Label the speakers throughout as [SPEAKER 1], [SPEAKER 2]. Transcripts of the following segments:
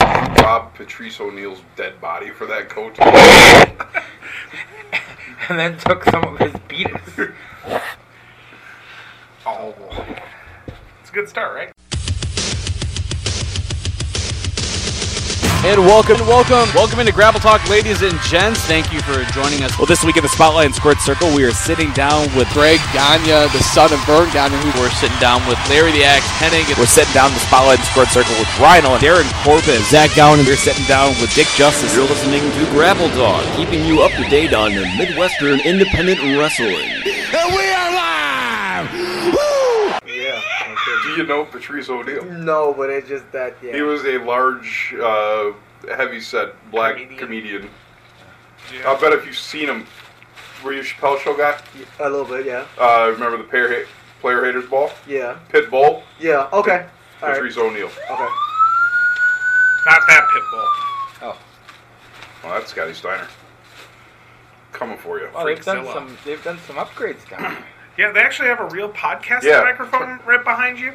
[SPEAKER 1] rob Patrice O'Neal's dead body for that coat. and
[SPEAKER 2] then took some of his penis.
[SPEAKER 3] oh boy. It's a good start, right?
[SPEAKER 4] And welcome, welcome, welcome into Gravel Talk, ladies and gents. Thank you for joining us. Well, this week at the Spotlight and Squirt Circle, we are sitting down with
[SPEAKER 5] Greg Gagne, the son of Vern Gagne. Who
[SPEAKER 4] we're sitting down with Larry the Axe Henning.
[SPEAKER 6] We're sitting down the Spotlight and Squirt Circle with Ryan and
[SPEAKER 4] Darren Corbin,
[SPEAKER 6] Zach Gowan, and we're sitting down with Dick Justice.
[SPEAKER 7] You're listening to Gravel Talk, keeping you up to date on the Midwestern Independent Wrestling.
[SPEAKER 8] And we are live! Woo!
[SPEAKER 1] Yeah. Do you know Patrice O'Neill?
[SPEAKER 2] No, but it's just that. Yeah.
[SPEAKER 1] He was a large, uh, heavy set black comedian.
[SPEAKER 3] Yeah.
[SPEAKER 1] I bet if you've seen him, were you a Chappelle Show guy?
[SPEAKER 2] A little bit, yeah.
[SPEAKER 1] Uh, remember the player, player haters ball?
[SPEAKER 2] Yeah.
[SPEAKER 1] Pitbull?
[SPEAKER 2] Yeah, okay. All right.
[SPEAKER 1] Patrice O'Neill.
[SPEAKER 2] Okay.
[SPEAKER 3] Not that Pitbull.
[SPEAKER 2] Oh.
[SPEAKER 1] Well, Oh, that's Scotty Steiner. Coming for you.
[SPEAKER 3] Oh,
[SPEAKER 2] Well, they've done
[SPEAKER 3] Freakzilla.
[SPEAKER 2] some. They've done some upgrades down. there.
[SPEAKER 3] Yeah, they actually have a real podcast
[SPEAKER 1] Yeah.
[SPEAKER 3] microphone right behind you.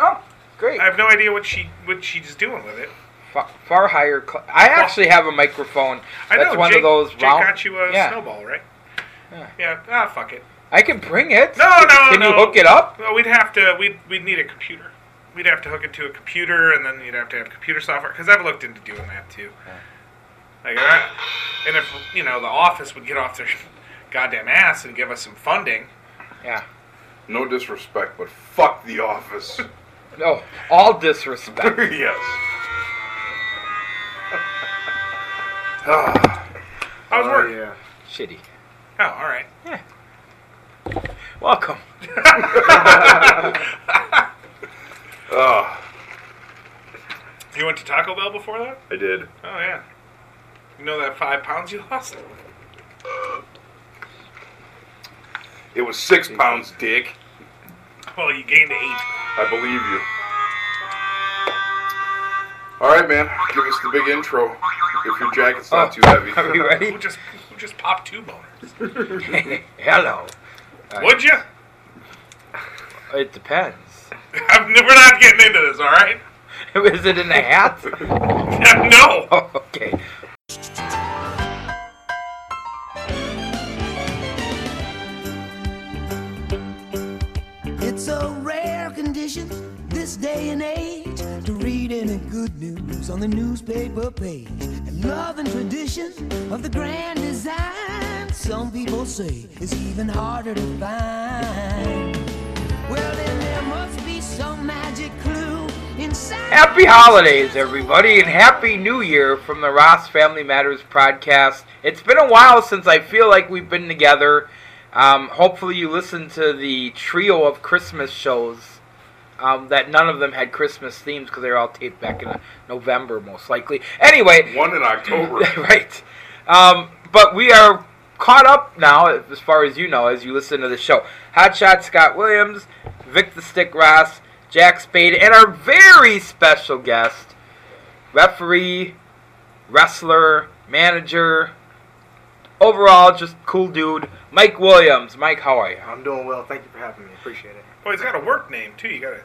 [SPEAKER 2] oh, great.
[SPEAKER 3] I have no idea what she what she's doing with it.
[SPEAKER 2] Fa- far higher. Cl- I actually have a microphone.
[SPEAKER 3] I
[SPEAKER 2] That's
[SPEAKER 3] know
[SPEAKER 2] one
[SPEAKER 3] Jake,
[SPEAKER 2] of those
[SPEAKER 3] Jake
[SPEAKER 2] round.
[SPEAKER 3] got you a
[SPEAKER 2] yeah.
[SPEAKER 3] snowball, right?
[SPEAKER 2] Yeah.
[SPEAKER 3] Yeah. Ah, fuck it.
[SPEAKER 2] I can bring it.
[SPEAKER 3] No,
[SPEAKER 2] can,
[SPEAKER 3] no,
[SPEAKER 2] Can you
[SPEAKER 3] no.
[SPEAKER 2] hook it up?
[SPEAKER 3] Well, we'd have to. We'd we'd need a computer. We'd have to hook it to a computer, and then you'd have to have computer software. Because I've looked into doing that too. Like, I, and if you know, the office would get off their goddamn ass and give us some funding.
[SPEAKER 2] Yeah.
[SPEAKER 1] No disrespect, but fuck the office.
[SPEAKER 2] No, all disrespect.
[SPEAKER 1] yes.
[SPEAKER 3] How's
[SPEAKER 2] Oh,
[SPEAKER 3] work?
[SPEAKER 2] yeah. Shitty.
[SPEAKER 3] Oh, all right.
[SPEAKER 2] Welcome.
[SPEAKER 1] Ah,
[SPEAKER 3] You went to Taco Bell before that?
[SPEAKER 1] I did.
[SPEAKER 3] Oh yeah. You know that five pounds you lost?
[SPEAKER 1] It was six pounds, dick.
[SPEAKER 3] Well, you gained eight.
[SPEAKER 1] I believe you. All right, man. Give us the big intro. If your jacket's not
[SPEAKER 2] Oh,
[SPEAKER 1] too heavy.
[SPEAKER 2] Are we
[SPEAKER 3] Who
[SPEAKER 2] ready?
[SPEAKER 3] just who just popped two boners?
[SPEAKER 2] Hello.
[SPEAKER 1] Uh,
[SPEAKER 3] Would you?
[SPEAKER 2] It depends.
[SPEAKER 3] I'm, we're not getting into this, all right?
[SPEAKER 2] Is it in a hat?
[SPEAKER 3] no.
[SPEAKER 2] Oh, okay.
[SPEAKER 8] It's a rare condition this day and age to read any good news on the newspaper page. And love and tradition of the grand design, some people say, is even harder to find. Well, then there must be some magic clue inside.
[SPEAKER 2] Happy holidays, everybody, and happy new year from the Ross Family Matters podcast. It's been a while since I feel like we've been together. Um, hopefully, you listened to the trio of Christmas shows. Um, that none of them had Christmas themes because they were all taped back in uh, November, most likely. Anyway,
[SPEAKER 1] One in October.
[SPEAKER 2] right. Um, but we are caught up now, as far as you know, as you listen to the show. Hotshot Scott Williams, Vic the Stick Ross, Jack Spade, and our very special guest, referee, wrestler, manager, overall just cool dude, Mike Williams. Mike, how are you?
[SPEAKER 9] I'm doing well. Thank you for having me. Appreciate it.
[SPEAKER 3] Boy, he's got a work name too. You got to.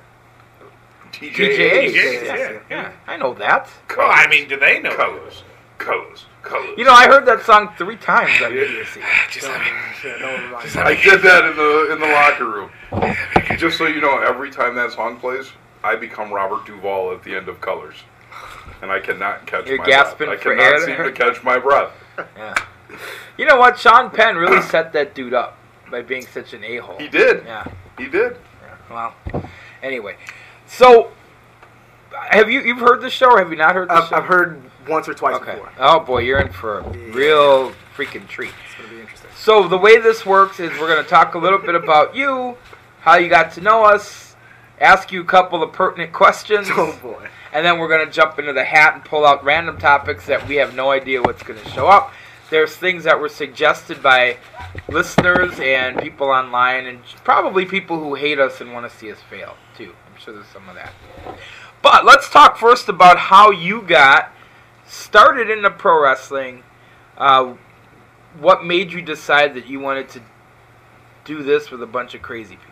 [SPEAKER 1] TJ.
[SPEAKER 2] TJA.
[SPEAKER 3] Yeah, yeah, yeah.
[SPEAKER 2] I know that.
[SPEAKER 3] Well, I mean, do they know?
[SPEAKER 1] Colors. Colors. Colors.
[SPEAKER 2] You know, I heard that song three times on BBC.
[SPEAKER 3] Just let me.
[SPEAKER 9] Yeah, don't remind
[SPEAKER 3] Just
[SPEAKER 9] me.
[SPEAKER 3] let
[SPEAKER 1] I
[SPEAKER 3] me.
[SPEAKER 1] did that in the in the locker room. Just so you know, every time that song plays, I become Robert Duvall at the end of Colors, and I cannot catch.
[SPEAKER 2] You're
[SPEAKER 1] my
[SPEAKER 2] gasping
[SPEAKER 1] breath.
[SPEAKER 2] for
[SPEAKER 1] I cannot
[SPEAKER 2] air
[SPEAKER 1] seem
[SPEAKER 2] there?
[SPEAKER 1] to catch my breath.
[SPEAKER 2] Yeah. You know what? Sean Penn really set that dude up by being such an a hole.
[SPEAKER 1] He did.
[SPEAKER 2] Yeah.
[SPEAKER 1] He did.
[SPEAKER 2] Well. Anyway, so have you you've heard the show or have you not heard the
[SPEAKER 9] I've,
[SPEAKER 2] show?
[SPEAKER 9] I've heard once or twice
[SPEAKER 2] Okay.
[SPEAKER 9] before.
[SPEAKER 2] Oh boy, you're in for a real freaking treat.
[SPEAKER 9] It's going to be interesting.
[SPEAKER 2] So the way this works is we're going to talk a little bit about you, how you got to know us, ask you a couple of pertinent questions,
[SPEAKER 9] Oh, boy.
[SPEAKER 2] and then we're going to jump into the hat and pull out random topics that we have no idea what's going to show up. There's things that were suggested by listeners and people online, and probably people who hate us and want to see us fail, too. I'm sure there's some of that. But let's talk first about how you got started into pro wrestling. Uh, what made you decide that you wanted to do this with a bunch of crazy people?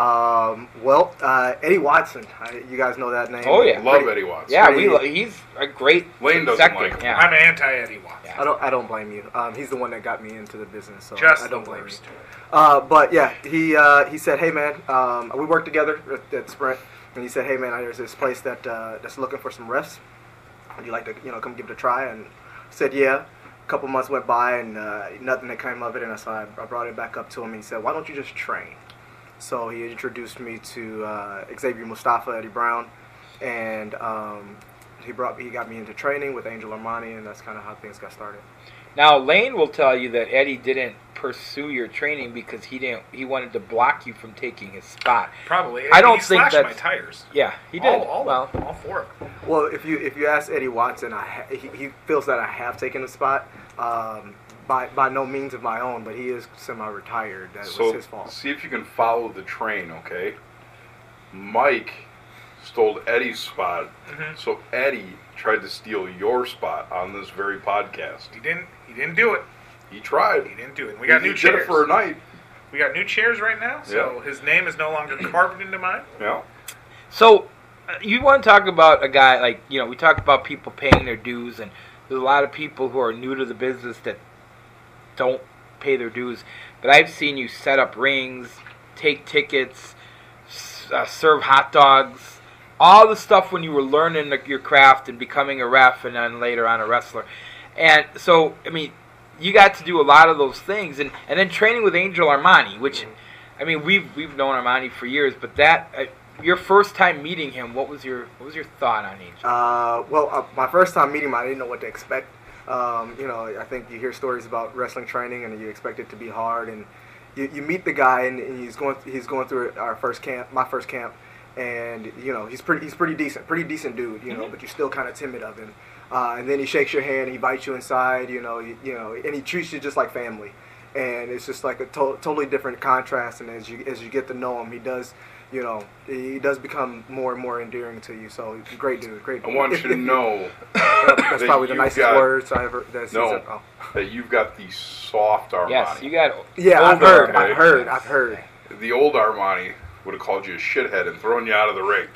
[SPEAKER 9] Um, well, uh, Eddie Watson. I, you guys know that name.
[SPEAKER 2] Oh yeah,
[SPEAKER 1] Love Eddie Watson.
[SPEAKER 2] Yeah, we
[SPEAKER 9] Pretty-
[SPEAKER 2] lo- he's a great
[SPEAKER 1] Lane doesn't
[SPEAKER 2] executive,
[SPEAKER 1] like him.
[SPEAKER 2] yeah.
[SPEAKER 3] I'm anti Eddie Watson.
[SPEAKER 9] I don't. I don't blame you. Um, he's the one that got me into the business, so
[SPEAKER 3] Just
[SPEAKER 9] I don't
[SPEAKER 3] the
[SPEAKER 9] blame
[SPEAKER 3] worst.
[SPEAKER 9] you. Uh, but yeah, he uh, he said, "Hey man, um, we worked together at, at Sprint, and he said, "Hey man, there's this place that uh, that's looking for some refs. Would you like to you know come give it a try?" And I said, "Yeah." A couple months went by and uh, nothing that came of it, and so I, I brought it back up to him. And he said, "Why don't you just train?" So he introduced me to uh, Xavier Mustafa, Eddie Brown, and um, he brought he got me into training with Angel Armani, and that's kind of how things got started.
[SPEAKER 2] Now Lane will tell you that Eddie didn't pursue your training because he didn't. He wanted to block you from taking his spot.
[SPEAKER 3] Probably.
[SPEAKER 2] I don't
[SPEAKER 3] he
[SPEAKER 2] think
[SPEAKER 3] slashed my
[SPEAKER 2] that's-
[SPEAKER 3] tires.
[SPEAKER 2] Yeah, he did.
[SPEAKER 3] All, all,
[SPEAKER 2] well,
[SPEAKER 3] of them, all four of them.
[SPEAKER 9] Well, if you if you ask Eddie Watson, I ha- he, he feels that I have taken the spot um, by by no means of my own, but he is semi-retired. That was
[SPEAKER 1] So
[SPEAKER 9] his fault.
[SPEAKER 1] see if you can follow the train, okay? Mike stole Eddie's spot, so Eddie tried to steal your spot on this very podcast.
[SPEAKER 3] He didn't. He didn't do it.
[SPEAKER 1] He tried.
[SPEAKER 3] He didn't do it. We got
[SPEAKER 1] he
[SPEAKER 3] new
[SPEAKER 1] he did
[SPEAKER 3] chairs.
[SPEAKER 1] it for a night.
[SPEAKER 3] We got new chairs right now, so
[SPEAKER 1] Yeah.
[SPEAKER 3] his name is no longer carved into mine.
[SPEAKER 1] Yeah.
[SPEAKER 2] So, uh, you want to talk about a guy like you know we talk about people paying their dues, and there's a lot of people who are new to the business that don't pay their dues. But I've seen you set up rings, take tickets, s- uh, serve hot dogs, all the stuff when you were learning the, your craft and becoming a ref, and then later on a wrestler. And so, I mean, you got to do a lot of those things, and and then training with Angel Armani, which. I mean, we've we've known Armani for years, but that uh, your first time meeting him, what was your what was your thought on Angel?
[SPEAKER 9] Uh, well, uh, my first time meeting him, I didn't know what to expect. Um, you know, I think you hear stories about wrestling training, and you expect it to be hard. And you, you meet the guy, and, and he's going he's going through our first camp, my first camp, and you know he's pretty he's pretty decent, pretty decent dude. You know, but you're still kind of timid of him. Uh, and then he shakes your hand, he bites you inside. You know, you, you know, and he treats you just like family. And it's just like a to- totally different contrast. And as you as you get to know him, he does. You know, he does become more and more endearing to you. So he's a great dude, great.
[SPEAKER 1] I want
[SPEAKER 9] If-
[SPEAKER 1] you to
[SPEAKER 9] if-
[SPEAKER 1] know
[SPEAKER 9] That's
[SPEAKER 1] that
[SPEAKER 9] probably the
[SPEAKER 1] you
[SPEAKER 9] nicest
[SPEAKER 1] got-
[SPEAKER 9] words I ever. That's
[SPEAKER 1] no,
[SPEAKER 9] oh.
[SPEAKER 1] that you've got the soft Armani.
[SPEAKER 2] Yes, you got
[SPEAKER 9] Yeah, I've
[SPEAKER 2] over-
[SPEAKER 9] heard.
[SPEAKER 1] okay.
[SPEAKER 9] I've heard. I've heard.
[SPEAKER 1] the old Armani would have called you a shithead and thrown you out of the ring.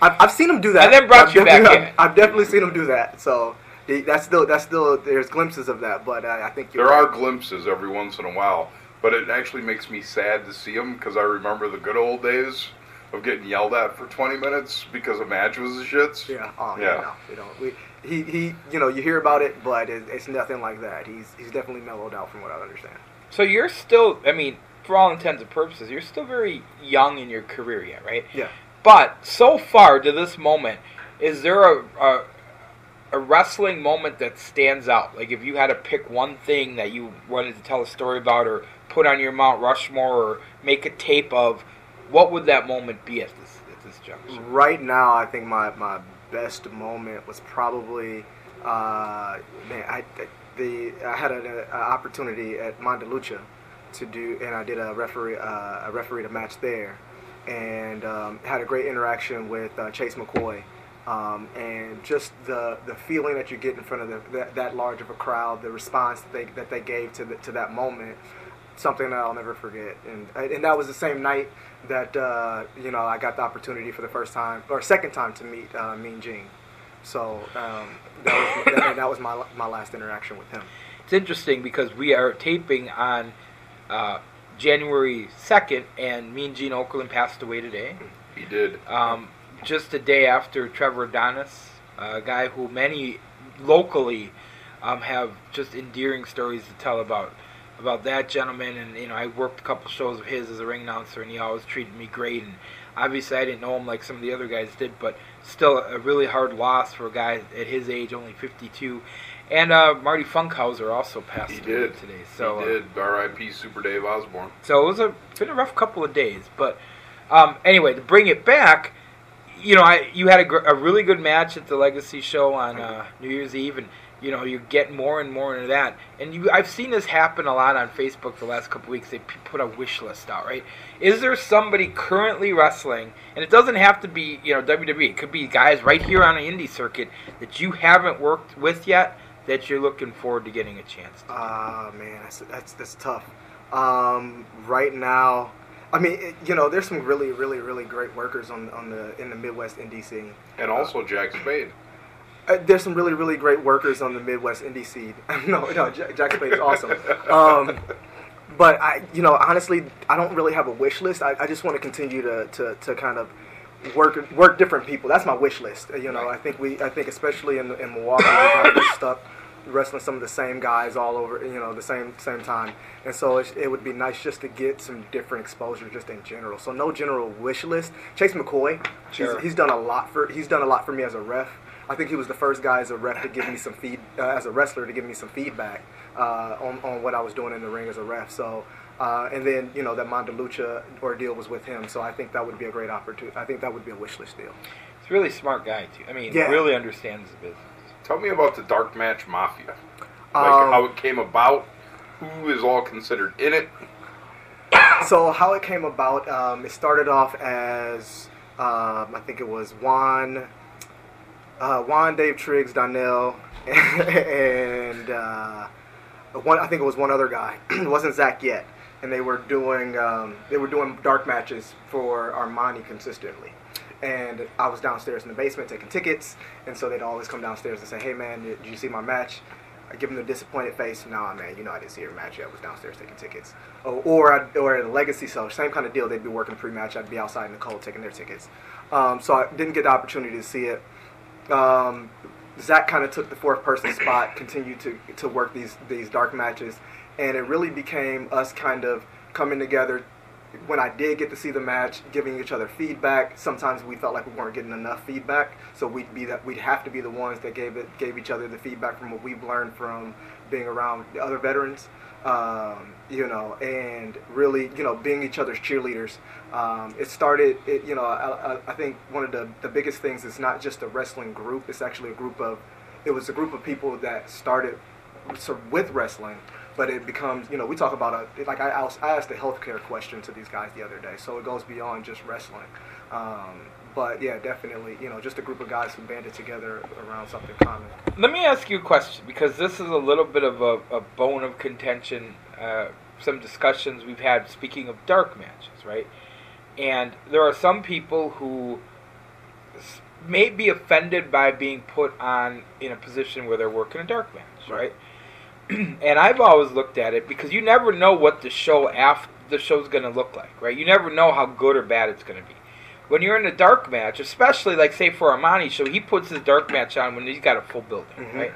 [SPEAKER 9] I've, I've seen him do that.
[SPEAKER 2] And then brought
[SPEAKER 9] I've
[SPEAKER 2] you back
[SPEAKER 9] definitely-
[SPEAKER 2] in.
[SPEAKER 9] I've, I've definitely seen him do that. So the- that's still that's still there's glimpses of that, but I, I think you're
[SPEAKER 1] There are
[SPEAKER 9] right.
[SPEAKER 1] glimpses every once in a while, but it actually makes me sad to see them because I remember the good old days of getting yelled at for 20 minutes because a match was the shits.
[SPEAKER 9] Yeah. Oh,
[SPEAKER 1] Yeah.
[SPEAKER 9] yeah. No, we don't. We, he, he, you know, you hear about it, but it, it's nothing like that. He's he's definitely mellowed out from what I understand.
[SPEAKER 2] So you're still, I mean, for all intents and purposes, you're still very young in your career yet, right?
[SPEAKER 9] Yeah.
[SPEAKER 2] But so far to this moment, is there a, a a wrestling moment that stands out? Like if you had to pick one thing that you wanted to tell a story about, or put on your Mount Rushmore, or make a tape of, what would that moment be at this at this juncture?
[SPEAKER 9] Right now, I think my, my best moment was probably, uh, man, I the I had an uh, opportunity at Montelucha to do, and I did a referee uh, a referee to match there, and um, had a great interaction with uh, Chase McCoy. Um, and just the, the feeling that you get in front of the, that, that large of a crowd, the response that they, that they gave to, the, to that moment, something that I'll never forget. And and that was the same night that uh, you know I got the opportunity for the first time or second time to meet uh, Mean Gene. So um, that was that, that was my my last interaction with him.
[SPEAKER 2] It's interesting because we are taping on uh, January 2nd, and Mean Gene Okerlund passed away today.
[SPEAKER 1] He did.
[SPEAKER 2] Um, just a day after Trevor Adonis, a guy who many locally um, have just endearing stories to tell about about that gentleman. And you know, I worked a couple shows of his as a ring announcer, and he always treated me great. And obviously, I didn't know him like some of the other guys did, but still a really hard loss for a guy at his age, only 52. And uh, Marty Funkhauser also passed
[SPEAKER 1] He
[SPEAKER 2] away
[SPEAKER 1] did.
[SPEAKER 2] today.
[SPEAKER 1] So,
[SPEAKER 2] So uh,
[SPEAKER 1] he did. R.I.P. Super Dave Osborne.
[SPEAKER 2] so it was a been a rough couple of days, but um, anyway, to bring it back, you know, I you had a, gr- a really good match at the Legacy show on uh, New Year's Eve, and you know you get more and more into that. And you, I've seen this happen a lot on Facebook the last couple weeks. They p- put a wish list out, right? Is there somebody currently wrestling, and it doesn't have to be you know WWE. It could be guys right here on the indie circuit that you haven't worked with yet that you're looking forward to getting a chance. To.
[SPEAKER 9] Ah man, that's that's, that's tough. Um, right now, I mean, it, you know, there's some really, really, really great workers on on the in the Midwest indie scene.
[SPEAKER 1] And also Jack Spade.
[SPEAKER 9] Uh, there's some really, really great workers on the Midwest indie scene. no, no, Jack, Jack Spade's awesome. Um, but I, you know, honestly, I don't really have a wish list. I, I just want to continue to, to, to kind of work work different people. That's my wish list. You know, I think we, I think especially in, in Milwaukee, we're kind of stuck wrestling some of the same guys all over. You know, the same same time, and so it, it would be nice just to get some different exposure just in general. So no general wish list. Chase McCoy,
[SPEAKER 1] Sure.
[SPEAKER 9] he's, he's done a lot for he's done a lot for me as a ref. I think he was the first guy as a ref to give me some feed uh, as a wrestler to give me some feedback uh, on on what I was doing in the ring as a ref. So. Uh, and then you know that Mondalucha ordeal was with him, so I think that would be a great opportunity. I think that would be a wish list deal.
[SPEAKER 2] He's a really smart guy too. I mean,
[SPEAKER 9] Yeah.
[SPEAKER 2] really understands the business.
[SPEAKER 1] Tell me about the Dark Match Mafia. Like
[SPEAKER 9] Um,
[SPEAKER 1] how it came about, who is all considered in it.
[SPEAKER 9] so how it came about um, it started off as um, i think it was juan uh, juan dave triggs donnell and uh, one i think it was one other guy it wasn't zach yet and they were doing um, they were doing dark matches for armani consistently and I was downstairs in the basement taking tickets, and so they'd always come downstairs and say, "Hey man, did you see my match?" I give them the disappointed face. Nah, man, you know I didn't see your match. yet. I was downstairs taking tickets. Oh, or I, or at a legacy show, same kind of deal. They'd be working pre-match. I'd be outside in the cold taking their tickets. Um, so I didn't get the opportunity to see it. Um, Zach kind of took the fourth person spot, continued to to work these these dark matches, and it really became us kind of coming together when I did get to see the match, giving each other feedback, sometimes we felt like we weren't getting enough feedback, so we'd be that we'd have to be the ones that gave it gave each other the feedback from what we've learned from being around the other veterans, um, you know, and really you know being each other's cheerleaders. Um, it started, it, you know, I, I- I think one of the the biggest things is not just a wrestling group; it's actually a group of it was a group of people that started so with wrestling, but it becomes you know we talk about a like I asked, I asked a healthcare question to these guys the other day, so it goes beyond just wrestling. Um, but yeah, definitely you know just a group of guys who banded together around something common.
[SPEAKER 2] Let me ask you a question because this is a little bit of a, a bone of contention. Uh, some discussions we've had speaking of dark matches, right? And there are some people who s- may be offended by being put on in a position where they're working a dark match, right? and I've always looked at it because you never know what the show after the show's going to look like, right? You never know how good or bad it's going to be. When you're in a dark match, especially like say for Armani show, he puts his dark match on when he's got a full building, right?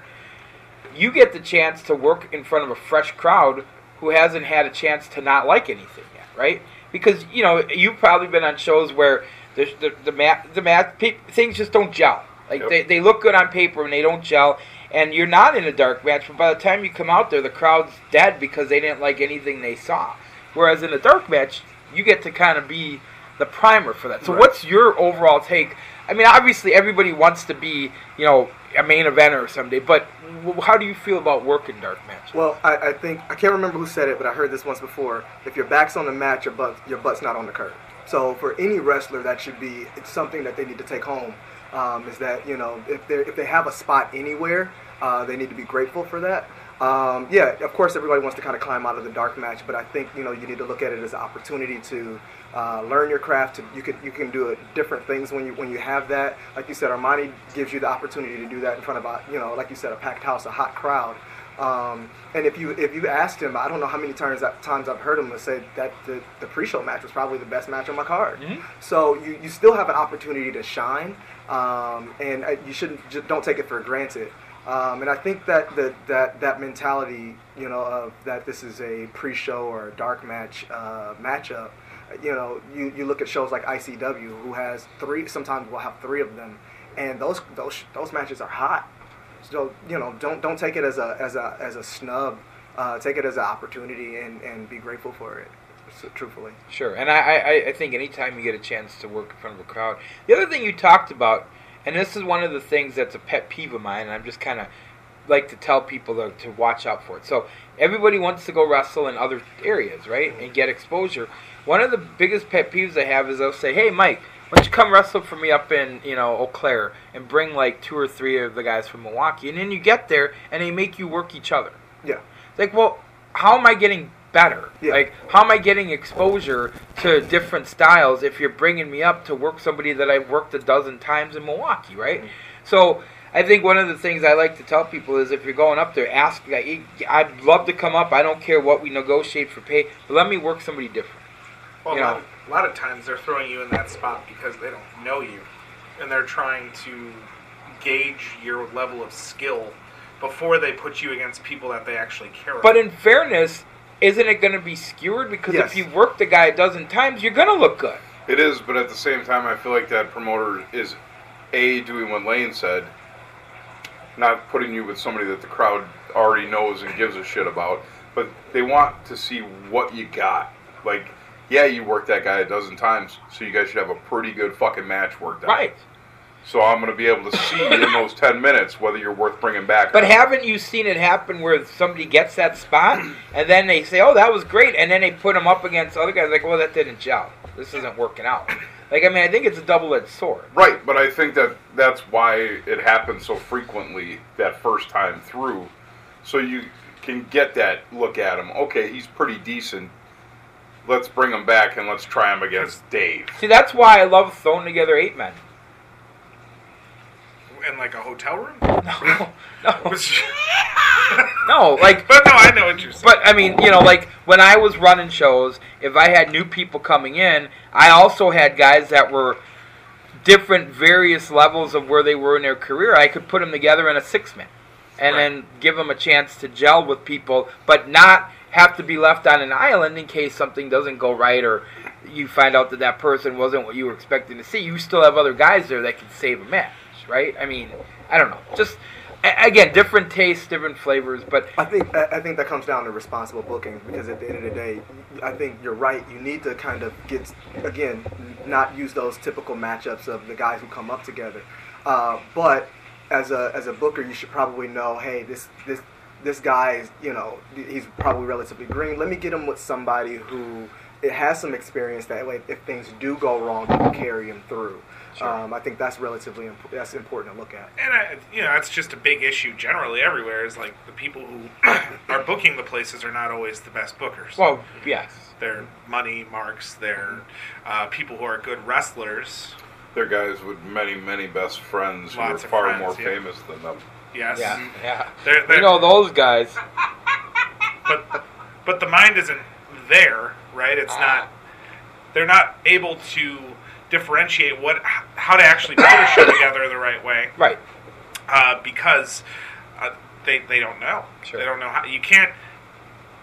[SPEAKER 2] You get the chance to work in front of a fresh crowd who hasn't had a chance to not like anything yet, right? Because you know you've probably been on shows where the the the mat the mat pe- things just don't gel. Like
[SPEAKER 1] Yep.
[SPEAKER 2] they, they look good on paper and they don't gel. And you're not in a dark match, but by the time you come out there, the crowd's dead because they didn't like anything they saw. Whereas in a dark match, you get to kind of be the primer for that. So what's your overall take? I mean, obviously everybody wants to be, you know, a main eventer someday, but w- how do you feel about working dark matches?
[SPEAKER 9] Well, I, I think I can't remember who said it, but I heard this once before. If your back's on the mat, your butt your butt's not on the curb. So for any wrestler, that should be it's something that they need to take home. Um, is that you know if they if they have a spot anywhere, uh, they need to be grateful for that. Um, yeah, of course, everybody wants to kind of climb out of the dark match, but I think you know you need to look at it as an opportunity to uh, learn your craft. To, you could you can do it, different things when you when you have that. Like you said, Armani gives you the opportunity to do that in front of a, you know like you said a packed house, a hot crowd. Um, and if you if you asked him, I don't know how many times times I've heard him say that the, the pre-show match was probably the best match on my card. So you, you still have an opportunity to shine, um, and uh, you shouldn't just don't take it for granted. Um, and I think that the, that that mentality, you know, of that this is a pre-show or a dark match uh, matchup. You know, you, you look at shows like ICW, who has three. Sometimes we'll have three of them, and those those those matches are hot. So you know, don't don't take it as a as a as a snub. Uh, take it as an opportunity and and be grateful for it. So, truthfully,
[SPEAKER 2] Sure, and I, I, I- I think anytime you get a chance to work in front of a crowd, the other thing you talked about, and this is one of the things that's a pet peeve of mine, and I'm just kind of like to tell people to, to watch out for it. So everybody wants to go wrestle in other areas, right, and get exposure. One of the biggest pet peeves I have is they'll say, "Hey, Mike, why don't you come wrestle for me up in you know Eau Claire and bring like two or three of the guys from Milwaukee?" And then you get there, and they make you work each other.
[SPEAKER 9] yeah.
[SPEAKER 2] It's like, well, how am I getting better.
[SPEAKER 9] Yeah.
[SPEAKER 2] Like, how am I getting exposure to different styles if you're bringing me up to work somebody that I've worked a dozen times in Milwaukee, right?
[SPEAKER 9] Mm-hmm.
[SPEAKER 2] So I think one of the things I like to tell people is if you're going up there, ask. Like, "Hey, I'd love to come up. I don't care what we negotiate for pay, but let me work somebody different.
[SPEAKER 3] Well,
[SPEAKER 2] You
[SPEAKER 3] a,
[SPEAKER 2] know.
[SPEAKER 3] lot of, a lot of times they're throwing you in that spot because they don't know you, and they're trying to gauge your level of skill before they put you against people that they actually care about.
[SPEAKER 2] But in fairness, isn't it going to be skewered? Because
[SPEAKER 9] Yes.
[SPEAKER 2] if you work the guy a dozen times, you're going to look good.
[SPEAKER 1] It is, but at the same time, I feel like that promoter is a doing what Lane said, not putting you with somebody that the crowd already knows and gives a shit about. But they want to see what you got. Like, yeah, you worked that guy a dozen times, so you guys should have a pretty good fucking match worked out.
[SPEAKER 2] Right.
[SPEAKER 1] So I'm gonna be able to see in those ten minutes whether you're worth bringing back. or
[SPEAKER 2] But
[SPEAKER 1] not.
[SPEAKER 2] haven't you seen it happen where somebody gets that spot and then they say, "Oh, that was great," and then they put them up against other guys like, "Well, that didn't gel. This isn't working out." Like, I mean, I think it's a double-edged sword.
[SPEAKER 1] Right, but I think that that's why it happens so frequently that first time through, so you can get that look at him. Okay, he's pretty decent. Let's bring him back and let's try him against Dave.
[SPEAKER 2] See, that's why I love throwing together eight men.
[SPEAKER 3] in like a hotel room.
[SPEAKER 2] No, no,
[SPEAKER 3] but
[SPEAKER 2] no. Like,
[SPEAKER 3] no, I know what you're saying.
[SPEAKER 2] But I mean, you know, like when I was running shows, if I had new people coming in, I also had guys that were different, various levels of where they were in their career. I could put them together in a six man, and then give them a chance to gel with people, but not have to be left on an island in case something doesn't go right or you find out that that person wasn't what you were expecting to see. You still have other guys there that can save a match, right? I mean, I don't know, just. a- Again, different tastes, different flavors, but
[SPEAKER 9] I think I I think that comes down to responsible booking because at the end of the day, I think you're right. You need to kind of get again not use those typical matchups of the guys who come up together, uh, but as a as a booker, you should probably know, hey, this this this guy is you know he's probably relatively green. Let me get him with somebody who it has some experience. That way, if things do go wrong, you can carry him through. Um, I think that's relatively imp- that's important to look at.
[SPEAKER 3] and I, you know that's just a big issue generally everywhere is like the people who are booking the places are not always the best bookers
[SPEAKER 2] well, yes.
[SPEAKER 3] they're money marks they're uh, people who are good wrestlers
[SPEAKER 1] They're guys with many, many best friends who
[SPEAKER 3] Lots
[SPEAKER 1] are
[SPEAKER 3] of
[SPEAKER 1] far
[SPEAKER 3] friends,
[SPEAKER 1] more
[SPEAKER 3] yeah.
[SPEAKER 1] famous than them.
[SPEAKER 3] yes
[SPEAKER 2] Yeah, yeah.
[SPEAKER 3] Mm-hmm. They're-
[SPEAKER 2] You
[SPEAKER 3] they're-
[SPEAKER 2] know those guys.
[SPEAKER 3] but but the mind isn't there right it's
[SPEAKER 2] Ah.
[SPEAKER 3] not they're not able to differentiate what how to actually put a show together the right way
[SPEAKER 2] Right.
[SPEAKER 3] uh, because uh, they they don't know.
[SPEAKER 2] Sure.
[SPEAKER 3] They don't know how you can't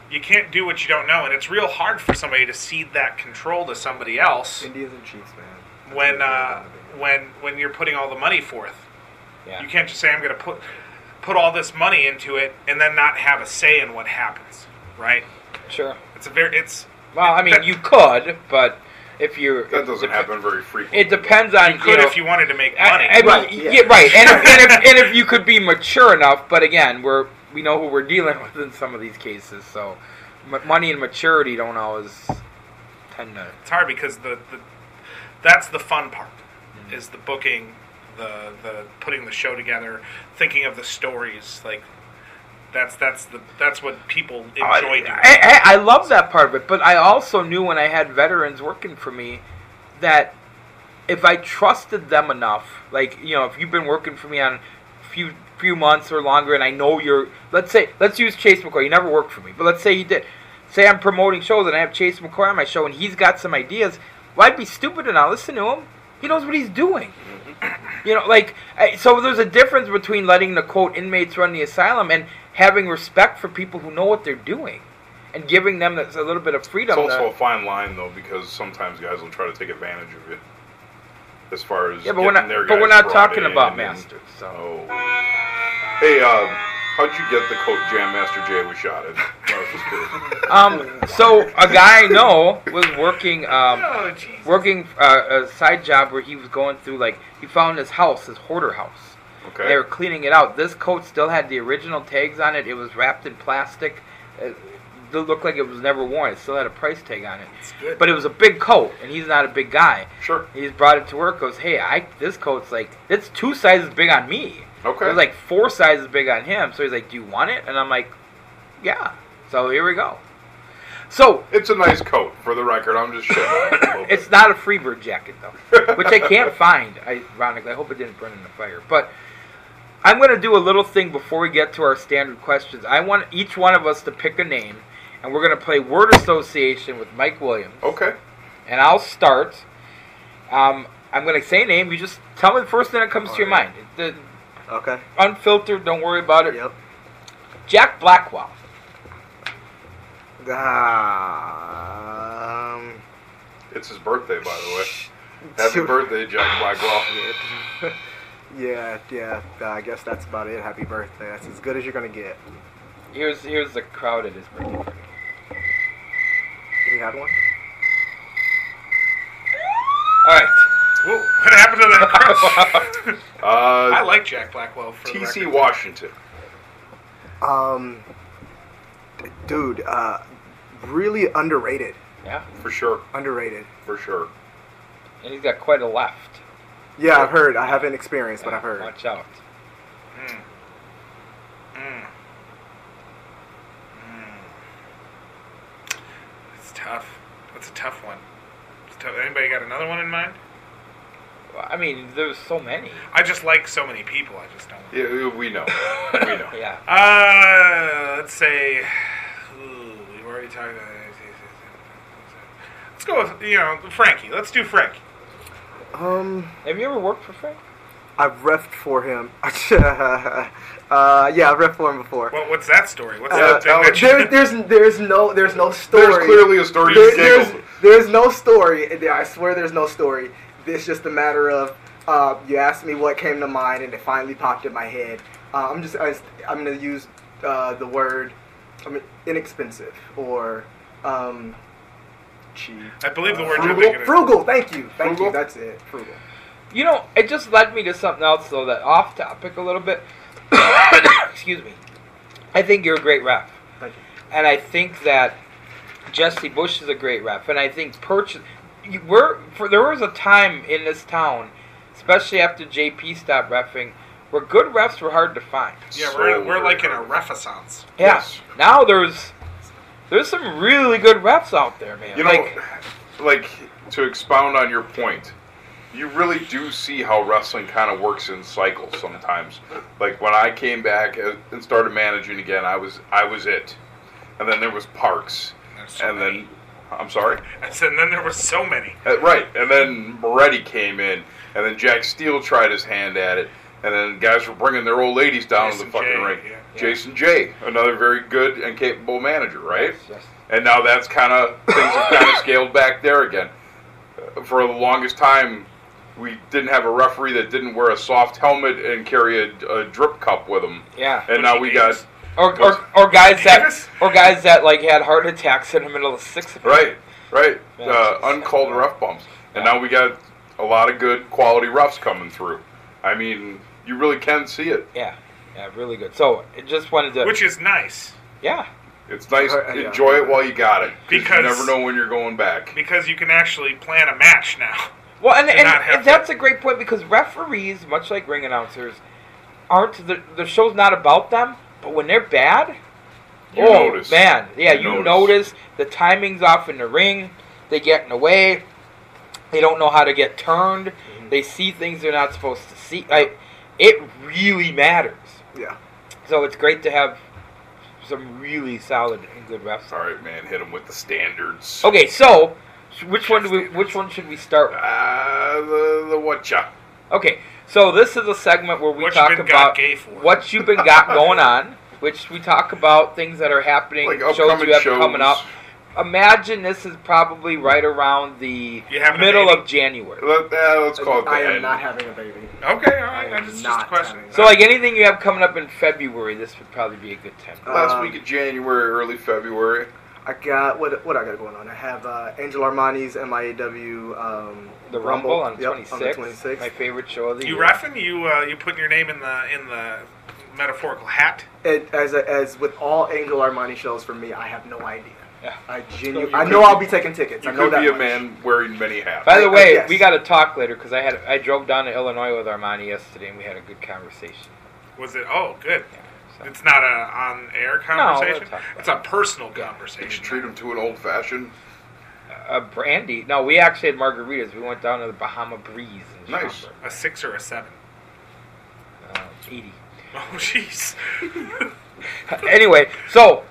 [SPEAKER 3] you can't do what you don't know, and it's real hard for somebody to cede that control to somebody else
[SPEAKER 9] Indians and Chiefs, man.
[SPEAKER 3] when uh, when when you're putting all the money forth.
[SPEAKER 2] Yeah.
[SPEAKER 3] You can't just say I'm going to put put all this money into it and then not have a say in what happens, right?
[SPEAKER 2] Sure.
[SPEAKER 3] It's a very it's
[SPEAKER 2] Well, I mean, you could, but if you're
[SPEAKER 1] That doesn't happen very frequently.
[SPEAKER 2] It depends on you.
[SPEAKER 3] you could
[SPEAKER 2] know,
[SPEAKER 3] if you wanted to make
[SPEAKER 2] I-
[SPEAKER 3] money.
[SPEAKER 2] I mean,
[SPEAKER 9] Right,
[SPEAKER 2] yeah.
[SPEAKER 9] yeah.
[SPEAKER 2] right. And if, and, if, and if you could be mature enough, but again, we're we know who we're dealing with in some of these cases, so m- money and maturity don't always tend to.
[SPEAKER 3] it's hard because the, the that's the fun part is the booking the the putting the show together thinking of the stories like that's that's the that's what people
[SPEAKER 2] Oh, I,
[SPEAKER 3] enjoy doing
[SPEAKER 2] I, I love that part of it, but I also knew when I had veterans working for me that if I trusted them enough, like you know, if you've been working for me on a few few months or longer, and I know you're, let's say, let's use Chase McCoy. You never worked for me, but let's say you did. Say I'm promoting shows and I have Chase McCoy on my show, and he's got some ideas. Well, I'd be stupid to not listen to him. He knows what he's doing. You know, like I- so. There's a difference between letting the quote inmates run the asylum and having respect for people who know what they're doing, and giving them that's a little bit of freedom.
[SPEAKER 1] It's
[SPEAKER 2] to-
[SPEAKER 1] also a fine line though, because sometimes guys will try to take advantage of you. As far as
[SPEAKER 2] yeah, but we're
[SPEAKER 1] getting
[SPEAKER 2] not.
[SPEAKER 1] their
[SPEAKER 2] But we're
[SPEAKER 1] guys
[SPEAKER 2] not
[SPEAKER 1] brought
[SPEAKER 2] talking
[SPEAKER 1] in
[SPEAKER 2] about
[SPEAKER 1] and-
[SPEAKER 2] masters. So.
[SPEAKER 1] Oh. Hey, uh, how'd you get the coat Jam Master Jay was shot at? I was just curious.
[SPEAKER 2] Um, so a guy I know was working um,
[SPEAKER 3] oh jeez
[SPEAKER 2] working uh, a side job where he was going through like he found his house, his hoarder house.
[SPEAKER 1] Okay.
[SPEAKER 2] They were cleaning it out. This coat still had the original tags on it. It was wrapped in plastic. It it looked like it was never worn. It still had a price tag on it.
[SPEAKER 3] good.
[SPEAKER 2] But it was a big coat, and he's not a big guy.
[SPEAKER 1] Sure.
[SPEAKER 2] He's brought it to work. Goes, hey, I this coat's like it's two sizes big on me.
[SPEAKER 1] Okay.
[SPEAKER 2] It was like four sizes big on him. So he's like, do you want it? And I'm like, yeah. So here we go. So
[SPEAKER 1] it's a nice coat for the record. I'm just shitting.
[SPEAKER 2] It's not a Freebird jacket though, which I can't find. Ironically, I hope it didn't burn in the fire. But I'm going to do a little thing before we get to our standard questions. I want each one of us to pick a name, and we're going to play word association with Mike Williams.
[SPEAKER 9] Oh.
[SPEAKER 1] Okay.
[SPEAKER 2] And I'll start. Um, I'm going to say a name. You just tell me the first thing that comes to your mind. The-
[SPEAKER 9] Okay.
[SPEAKER 2] unfiltered. Don't worry about it.
[SPEAKER 9] Yep.
[SPEAKER 2] Jack Blackwell.
[SPEAKER 9] Ah, um,
[SPEAKER 1] It's his birthday, by the way. Happy birthday, Jack Blackwell.
[SPEAKER 9] yeah, yeah. uh, I guess that's about it. Happy birthday. That's as good as you're gonna get.
[SPEAKER 2] Here's here's the crowd at his birthday party.
[SPEAKER 9] You had one?
[SPEAKER 2] All right.
[SPEAKER 3] Whoa, what happened to that crush? I
[SPEAKER 1] Uh,
[SPEAKER 3] like Jack Blackwell for the
[SPEAKER 1] T.C.
[SPEAKER 3] record.
[SPEAKER 1] Washington.
[SPEAKER 9] Um, d- dude, uh, really underrated.
[SPEAKER 2] Yeah,
[SPEAKER 1] For sure.
[SPEAKER 9] Underrated.
[SPEAKER 1] For sure.
[SPEAKER 2] and he's got quite a left.
[SPEAKER 9] Yeah, I've heard. I haven't experienced, but I've heard.
[SPEAKER 2] Watch out.
[SPEAKER 3] It's tough. That's a tough one. It's tough. Anybody got another one in mind?
[SPEAKER 2] Well, I mean, there's so many.
[SPEAKER 3] I just like so many people. I just don't.
[SPEAKER 1] Yeah, we know. We know.
[SPEAKER 2] Yeah.
[SPEAKER 3] Uh, let's say. Ooh, we've already talked about Let's go with, you know, Frankie. Let's do Frankie.
[SPEAKER 9] Um,
[SPEAKER 2] Have you ever worked for Frank?
[SPEAKER 9] I've refed for him. uh, yeah, I've refed for him before.
[SPEAKER 3] What, what's that story? What's
[SPEAKER 9] Uh,
[SPEAKER 3] that thing that you-
[SPEAKER 9] there, there's there's no there's no story.
[SPEAKER 1] There's clearly a story.
[SPEAKER 9] There-
[SPEAKER 1] you
[SPEAKER 9] there's
[SPEAKER 1] giggled.
[SPEAKER 9] there's no story. and I swear there's no story. It's just a matter of uh, you asked me what came to mind, and it finally popped in my head. Uh, I'm just I, just- I'm gonna use uh, the word I mean, inexpensive or um, cheap.
[SPEAKER 3] I believe the word
[SPEAKER 9] Frugal,
[SPEAKER 3] you're thinking of.
[SPEAKER 9] frugal. Thank you, thank
[SPEAKER 1] Frugal?
[SPEAKER 9] you. That's it. Frugal.
[SPEAKER 2] You know, it just led me to something else, though, that off topic a little bit. Excuse me. I think you're a great ref.
[SPEAKER 9] Thank you.
[SPEAKER 2] And I think that Jesse Bush is a great ref. And I think Perch. you- We're, for, there was a time in this town, especially after JP stopped refing, where good refs were hard to find.
[SPEAKER 3] Yeah,
[SPEAKER 1] So
[SPEAKER 3] we're, we're
[SPEAKER 1] weird.
[SPEAKER 3] like in a renaissance.
[SPEAKER 2] Yeah.
[SPEAKER 1] Yes.
[SPEAKER 2] Now there's there's some really good refs out there, man.
[SPEAKER 1] You know,
[SPEAKER 2] like,
[SPEAKER 1] like to expound on your point, you really do see how wrestling kind of works in cycles sometimes. Like when I came back uh, and started managing again, I was I was it, and then there was Parks,
[SPEAKER 3] There's so
[SPEAKER 1] and then I'm sorry,
[SPEAKER 3] I said, and then there were so many.
[SPEAKER 1] Uh, right, and then Moretti came in, and then Jack Steele tried his hand at it, and then guys were bringing their old ladies down to
[SPEAKER 3] Jason
[SPEAKER 1] the fucking
[SPEAKER 3] Jay,
[SPEAKER 1] ring.
[SPEAKER 3] yeah.
[SPEAKER 1] Jason J, another very good and capable manager, right?
[SPEAKER 2] yes.
[SPEAKER 1] And now that's kind of things have kind of scaled back there again. Uh, For the longest time, we didn't have a referee that didn't wear a soft helmet and carry a, a drip cup with him.
[SPEAKER 2] Yeah.
[SPEAKER 1] And now we got
[SPEAKER 2] Or,
[SPEAKER 1] What's-
[SPEAKER 2] or, or guys that
[SPEAKER 3] Davis?
[SPEAKER 2] or guys that like had heart attacks in the middle of six.
[SPEAKER 1] right, right,
[SPEAKER 2] Yeah.
[SPEAKER 1] uh, uncalled ref bumps, and now we got a lot of good quality refs coming through. I mean, you really can see it.
[SPEAKER 2] Yeah, yeah, really good. So I just wanted to.
[SPEAKER 3] Which is nice
[SPEAKER 2] yeah,
[SPEAKER 1] It's nice.
[SPEAKER 9] Uh, yeah.
[SPEAKER 1] Enjoy it while you got it, because
[SPEAKER 3] Because-
[SPEAKER 1] you never know when you're going back.
[SPEAKER 3] because you can actually plan a match now.
[SPEAKER 2] well, and,
[SPEAKER 3] Did
[SPEAKER 2] and,
[SPEAKER 3] not have
[SPEAKER 2] and that's a great point because referees, much like ring announcers, aren't the the show's not about them. But when they're bad,
[SPEAKER 1] You
[SPEAKER 2] oh
[SPEAKER 1] notice.
[SPEAKER 2] man, yeah,
[SPEAKER 1] You
[SPEAKER 2] you,
[SPEAKER 1] notice.
[SPEAKER 2] notice. the timing's off in the ring. They get in the way. They don't know how to get turned. They see things they're not supposed to see. Like, it really matters.
[SPEAKER 9] Yeah.
[SPEAKER 2] So it's great to have some really solid and good refs.
[SPEAKER 1] All right, man, hit him with the standards.
[SPEAKER 2] Okay, so which one do we? Which one should we start? with?
[SPEAKER 1] Uh, the the whatcha?
[SPEAKER 2] Okay, so this is a segment where we
[SPEAKER 3] What you
[SPEAKER 2] talk
[SPEAKER 3] been got
[SPEAKER 2] about
[SPEAKER 3] gay for.
[SPEAKER 2] what you've been got going on, which we talk about things that are happening,
[SPEAKER 1] Like
[SPEAKER 2] shows
[SPEAKER 1] upcoming
[SPEAKER 2] you have
[SPEAKER 1] shows.
[SPEAKER 2] coming up. Imagine this is probably right around the
[SPEAKER 3] You having a
[SPEAKER 2] middle
[SPEAKER 3] baby?
[SPEAKER 2] of January.
[SPEAKER 1] Let, uh, let's call it the
[SPEAKER 9] I am
[SPEAKER 1] end.
[SPEAKER 9] not having a baby.
[SPEAKER 3] Okay, all right.
[SPEAKER 9] I am
[SPEAKER 3] That's just a
[SPEAKER 9] not
[SPEAKER 3] question.
[SPEAKER 9] having
[SPEAKER 2] So, like anything you have coming up in February, this would probably be a good time.
[SPEAKER 1] Last
[SPEAKER 9] Um,
[SPEAKER 1] week of January, early February.
[SPEAKER 9] I got what what I got going on. I have uh, Angel Armani's MIAW um,
[SPEAKER 2] The Rumble, on,
[SPEAKER 9] yep,
[SPEAKER 2] 26,
[SPEAKER 9] on the 26th.
[SPEAKER 2] my favorite show of the
[SPEAKER 3] you
[SPEAKER 2] year.
[SPEAKER 3] reffing? You uh, you putting your name in the in the metaphorical hat?
[SPEAKER 9] It, as as with all Angel Armani shows for me, I have no idea.
[SPEAKER 2] Yeah.
[SPEAKER 9] I
[SPEAKER 2] So
[SPEAKER 9] genuinely,
[SPEAKER 2] you
[SPEAKER 9] I
[SPEAKER 2] could
[SPEAKER 9] know
[SPEAKER 1] be-
[SPEAKER 9] I'll be taking tickets.
[SPEAKER 1] You
[SPEAKER 9] I know
[SPEAKER 1] could
[SPEAKER 9] that
[SPEAKER 1] be a
[SPEAKER 9] much.
[SPEAKER 1] man wearing many hats.
[SPEAKER 2] By the
[SPEAKER 9] I- I
[SPEAKER 2] way,
[SPEAKER 9] guess.
[SPEAKER 2] we got to talk later because I had I drove down to Illinois with Armani yesterday and we had a good conversation.
[SPEAKER 3] Was it? Oh, good. It's not a on air conversation.
[SPEAKER 2] talk
[SPEAKER 3] it's a personal conversation.
[SPEAKER 1] Treat them to an old fashioned.
[SPEAKER 2] A brandy. Uh, No, we actually had margaritas. We went down to the Bahama Breeze. In
[SPEAKER 1] Nice.
[SPEAKER 2] Schaumburg.
[SPEAKER 3] A six or a seven.
[SPEAKER 2] Uh, 80.
[SPEAKER 3] Oh jeez.
[SPEAKER 2] anyway, so,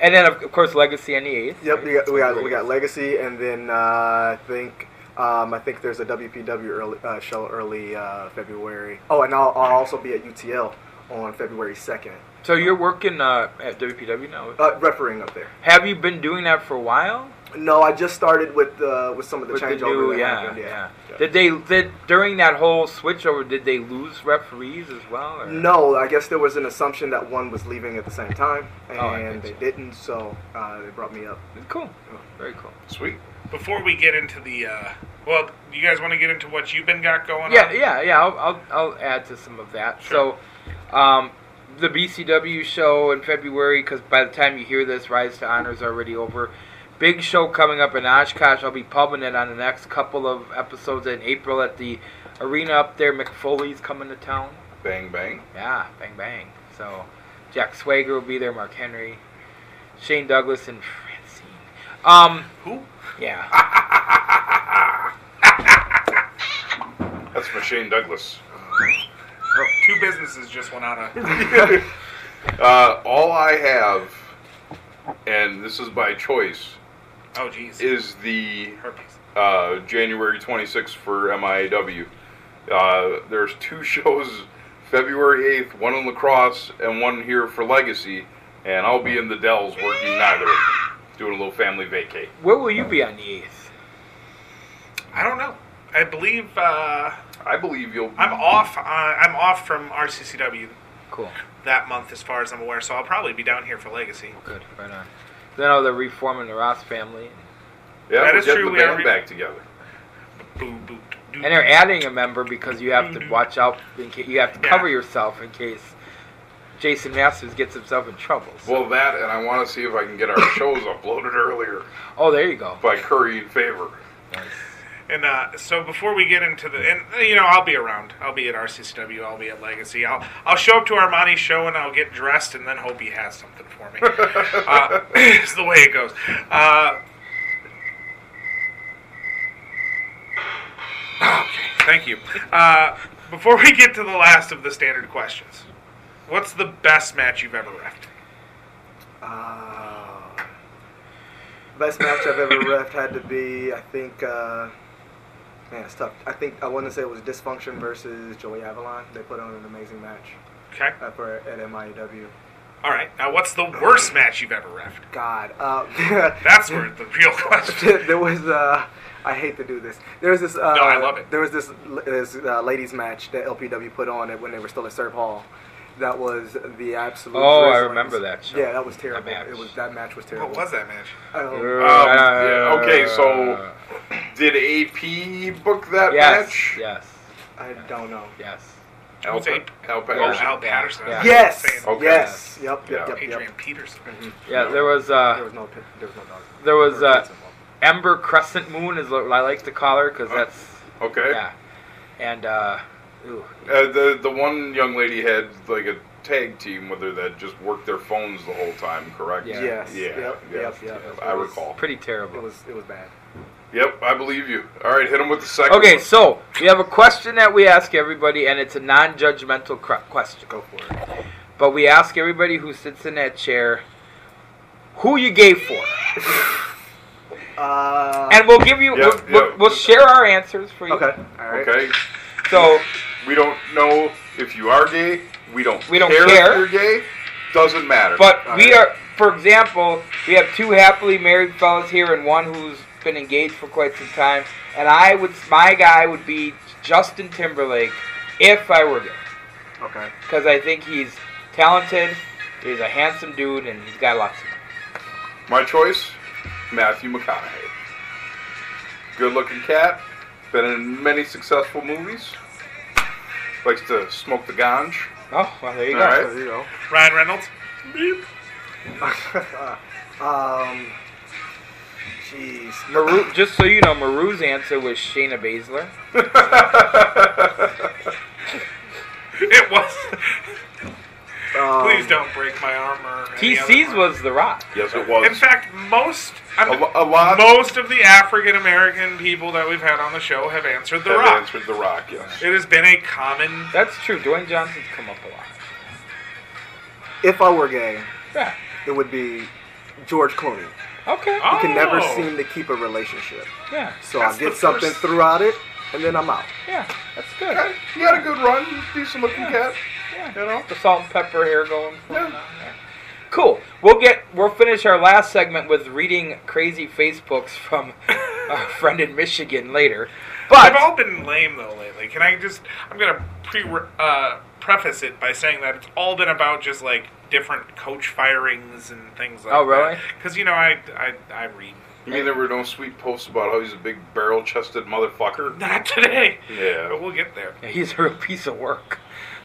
[SPEAKER 2] and then of of course Legacy E and the Eighth.
[SPEAKER 9] Yep, we got, we got we got Legacy, and then uh, I think um, I think there's a WPW early, uh, show early uh, February. Oh, and I'll, I'll also be at UTL on February second,
[SPEAKER 2] So you're working uh, at WPW now.
[SPEAKER 9] uh, refereeing up there.
[SPEAKER 2] Have you been doing that for a while?
[SPEAKER 9] No, I just started with uh, with some of the
[SPEAKER 2] With the new-
[SPEAKER 9] changeover. that
[SPEAKER 2] yeah,
[SPEAKER 9] happened,
[SPEAKER 2] yeah.
[SPEAKER 9] yeah.
[SPEAKER 2] Did they did during that whole switchover? Did they lose referees as well? Or?
[SPEAKER 9] No, I guess there was an assumption that one was leaving at the same time, and
[SPEAKER 2] Oh, I think
[SPEAKER 9] they
[SPEAKER 2] so.
[SPEAKER 9] didn't, so uh, they brought me up.
[SPEAKER 2] Cool. Very cool.
[SPEAKER 1] Sweet.
[SPEAKER 3] Before we get into the uh, well, you guys want to get into what you've been got going
[SPEAKER 2] Yeah,
[SPEAKER 3] on?
[SPEAKER 2] yeah, yeah. I'll, I'll, I'll add to some of that. So, um, the BCW show in February, because by the time you hear this, Rise to Honor is already over. Big show coming up in Oshkosh. I'll be pubbing it on the next couple of episodes in April at the arena up there. McFoley's coming to town.
[SPEAKER 1] Bang bang.
[SPEAKER 2] Yeah, bang bang. So, Jack Swagger will be there. Mark Henry, Shane Douglas, and Francine. Um,
[SPEAKER 3] Who?
[SPEAKER 2] yeah.
[SPEAKER 1] That's for Shane Douglas.
[SPEAKER 3] Two businesses just went out of.
[SPEAKER 1] Uh, all I have, and this is by choice,
[SPEAKER 3] Oh jeez.
[SPEAKER 1] is the
[SPEAKER 3] Herpes.
[SPEAKER 1] uh, January 26th for MIAW. Uh, there's two shows February 8th, one in lacrosse and one here for Legacy, and I'll be in the Dells working neither of them, doing a little family vacay.
[SPEAKER 2] Where will you be on the eighth?
[SPEAKER 3] I don't know. I believe uh,
[SPEAKER 1] I believe you'll.
[SPEAKER 3] I'm off. Uh, I'm off from RCCW
[SPEAKER 2] Cool.
[SPEAKER 3] that month, as far as I'm aware. So I'll probably be down here for Legacy.
[SPEAKER 2] Good, right on. Then oh, they're reforming the Ross family,
[SPEAKER 1] Yeah,
[SPEAKER 3] That
[SPEAKER 1] we're
[SPEAKER 3] is
[SPEAKER 1] getting
[SPEAKER 3] true,
[SPEAKER 1] the
[SPEAKER 3] we
[SPEAKER 1] band
[SPEAKER 3] are re-
[SPEAKER 1] back together.
[SPEAKER 3] Boo, boo, doo.
[SPEAKER 2] and they're adding a member because you have to
[SPEAKER 1] Mm-hmm.
[SPEAKER 2] watch out. In case, you have to
[SPEAKER 3] Yeah.
[SPEAKER 2] cover yourself in case Jason Masters gets himself in trouble. So-
[SPEAKER 1] Well, that, and I want to see if I can get our shows uploaded earlier
[SPEAKER 2] oh, there you go.
[SPEAKER 1] by Curry in favor.
[SPEAKER 3] And uh, so before we get into the, and uh, you know, I'll be around. I'll be at RCCW. I'll be at Legacy. I'll I'll show up to Armani's show and I'll get dressed and then hope he has something for me. uh, it's the way it goes. Uh, okay, thank you. Uh, before we get to the last of the standard questions, what's the best match you've ever reffed?
[SPEAKER 9] Uh, best match I've ever ref had to be, I think. Uh, man, it's tough. I think I want to say it was Dysfunction versus Joey Avalon. They put on an amazing match
[SPEAKER 3] Okay.
[SPEAKER 9] up for, at MIAW.
[SPEAKER 3] All right. Now, what's the worst match you've ever reffed?
[SPEAKER 9] God, uh,
[SPEAKER 3] That's where the real question.
[SPEAKER 9] there was Uh, I hate to do this. There was this. Uh,
[SPEAKER 3] No, I love it.
[SPEAKER 9] There was this this uh, ladies match that LPW put on it when they were still at Serve Hall. That was the absolute.
[SPEAKER 2] Oh, I
[SPEAKER 9] drizzling.
[SPEAKER 2] remember that show.
[SPEAKER 9] Yeah, that was terrible.
[SPEAKER 2] That match.
[SPEAKER 9] It was that match was terrible.
[SPEAKER 3] What was that match?
[SPEAKER 9] Oh,
[SPEAKER 1] Um,
[SPEAKER 2] ah,
[SPEAKER 1] yeah, okay, so did AP book that
[SPEAKER 2] yes,
[SPEAKER 1] match?
[SPEAKER 2] yes,
[SPEAKER 9] I don't know.
[SPEAKER 2] yes.
[SPEAKER 1] Al,
[SPEAKER 3] Who's
[SPEAKER 1] Al,
[SPEAKER 3] AP? Oh,
[SPEAKER 1] Patterson.
[SPEAKER 3] Al Patterson.
[SPEAKER 2] Yeah.
[SPEAKER 9] Yes.
[SPEAKER 1] Okay.
[SPEAKER 9] Yes. Yep.
[SPEAKER 1] Yeah.
[SPEAKER 9] Yep. Mm-hmm. Yep.
[SPEAKER 3] Adrian
[SPEAKER 9] yep.
[SPEAKER 3] Peterson.
[SPEAKER 2] Yeah, there was
[SPEAKER 9] There
[SPEAKER 2] uh,
[SPEAKER 9] was no. pit- There was no dog.
[SPEAKER 2] there was
[SPEAKER 9] There were
[SPEAKER 2] uh,
[SPEAKER 9] kids involved.
[SPEAKER 2] Ember Crescent Moon is what I like to call her because that's
[SPEAKER 1] Okay.
[SPEAKER 2] yeah, and uh, ooh,
[SPEAKER 1] Uh, the the one young lady had like a tag team with her that just worked their phones the whole time, correct?
[SPEAKER 2] Yeah.
[SPEAKER 9] Yes.
[SPEAKER 1] Yeah,
[SPEAKER 9] Yep.
[SPEAKER 1] yeah,
[SPEAKER 9] Yep. Yep.
[SPEAKER 1] yeah,
[SPEAKER 9] It
[SPEAKER 1] I
[SPEAKER 9] was-
[SPEAKER 1] recall.
[SPEAKER 2] pretty
[SPEAKER 9] It
[SPEAKER 2] terrible.
[SPEAKER 9] was. It was bad.
[SPEAKER 1] Yep, I believe you. All right, hit him with the second.
[SPEAKER 2] Okay,
[SPEAKER 1] one.
[SPEAKER 2] so we have a question that we ask everybody, and it's a non-judgmental cr- question.
[SPEAKER 9] Go for it.
[SPEAKER 2] But we ask everybody who sits in that chair, who you gay for,
[SPEAKER 9] Uh.
[SPEAKER 2] and we'll give you.
[SPEAKER 1] Yeah,
[SPEAKER 2] we'll, we'll,
[SPEAKER 1] yeah.
[SPEAKER 2] we'll share our answers for you.
[SPEAKER 9] Okay. All right.
[SPEAKER 1] Okay,
[SPEAKER 2] So
[SPEAKER 1] we don't know if you are gay. We don't.
[SPEAKER 2] We don't
[SPEAKER 1] if
[SPEAKER 2] care.
[SPEAKER 1] you're gay. Doesn't matter.
[SPEAKER 2] But we are, for example, we have two happily married fellas here and one who's been engaged for quite some time. And I would, my guy would be Justin Timberlake if I were gay.
[SPEAKER 9] Okay.
[SPEAKER 2] Because I think he's talented, he's a handsome dude, and he's got lots of money.
[SPEAKER 1] my choice, Matthew McConaughey. Good-looking cat. Been in many successful movies. Likes to smoke the ganj.
[SPEAKER 2] Oh, well, there you
[SPEAKER 1] All
[SPEAKER 2] go.
[SPEAKER 1] right.
[SPEAKER 9] There you go.
[SPEAKER 3] Ryan Reynolds.
[SPEAKER 9] Uh, Um. Jeez.
[SPEAKER 2] Maru, just so you know, Maru's answer was Shayna Baszler.
[SPEAKER 3] It was.
[SPEAKER 9] Uh,
[SPEAKER 1] Um,
[SPEAKER 3] Please don't break my arm or any other
[SPEAKER 2] TC's
[SPEAKER 3] part.
[SPEAKER 2] was the rock.
[SPEAKER 1] Yes, it
[SPEAKER 3] In
[SPEAKER 1] was.
[SPEAKER 3] fact, most I mean,
[SPEAKER 1] lo- a lot-
[SPEAKER 3] most of the African American people that we've had on the show have answered the
[SPEAKER 1] That
[SPEAKER 3] rock.
[SPEAKER 1] answered the rock. Yes.
[SPEAKER 3] It has been a common.
[SPEAKER 2] That's true. Dwayne Johnson's come up a lot.
[SPEAKER 9] If I were gay,
[SPEAKER 2] Yeah.
[SPEAKER 9] it would be George Clooney.
[SPEAKER 2] Okay.
[SPEAKER 3] Oh,
[SPEAKER 9] You can never seem to keep a relationship.
[SPEAKER 2] Yeah.
[SPEAKER 9] So
[SPEAKER 3] That's
[SPEAKER 9] I
[SPEAKER 3] the
[SPEAKER 9] get
[SPEAKER 3] first-
[SPEAKER 9] something throughout it, and then I'm out.
[SPEAKER 2] Yeah. That's good.
[SPEAKER 1] Okay, You had a good run. Decent looking cat.
[SPEAKER 2] Yeah.
[SPEAKER 1] You know.
[SPEAKER 2] The salt and pepper hair going.
[SPEAKER 1] Yeah.
[SPEAKER 2] Cool. We'll get. We'll finish our last segment with reading crazy Facebooks from our friend in Michigan later. But
[SPEAKER 3] They've all been lame though lately. Can I just? I'm gonna pre uh, preface it by saying that it's all been about just like different coach firings and things like.
[SPEAKER 2] Oh, really?
[SPEAKER 3] Because you know I, I I read
[SPEAKER 1] You mean there were no sweet posts about how he's a big barrel chested motherfucker?
[SPEAKER 3] not today, but
[SPEAKER 1] Yeah.
[SPEAKER 3] we'll get there.
[SPEAKER 2] he's a real piece of work.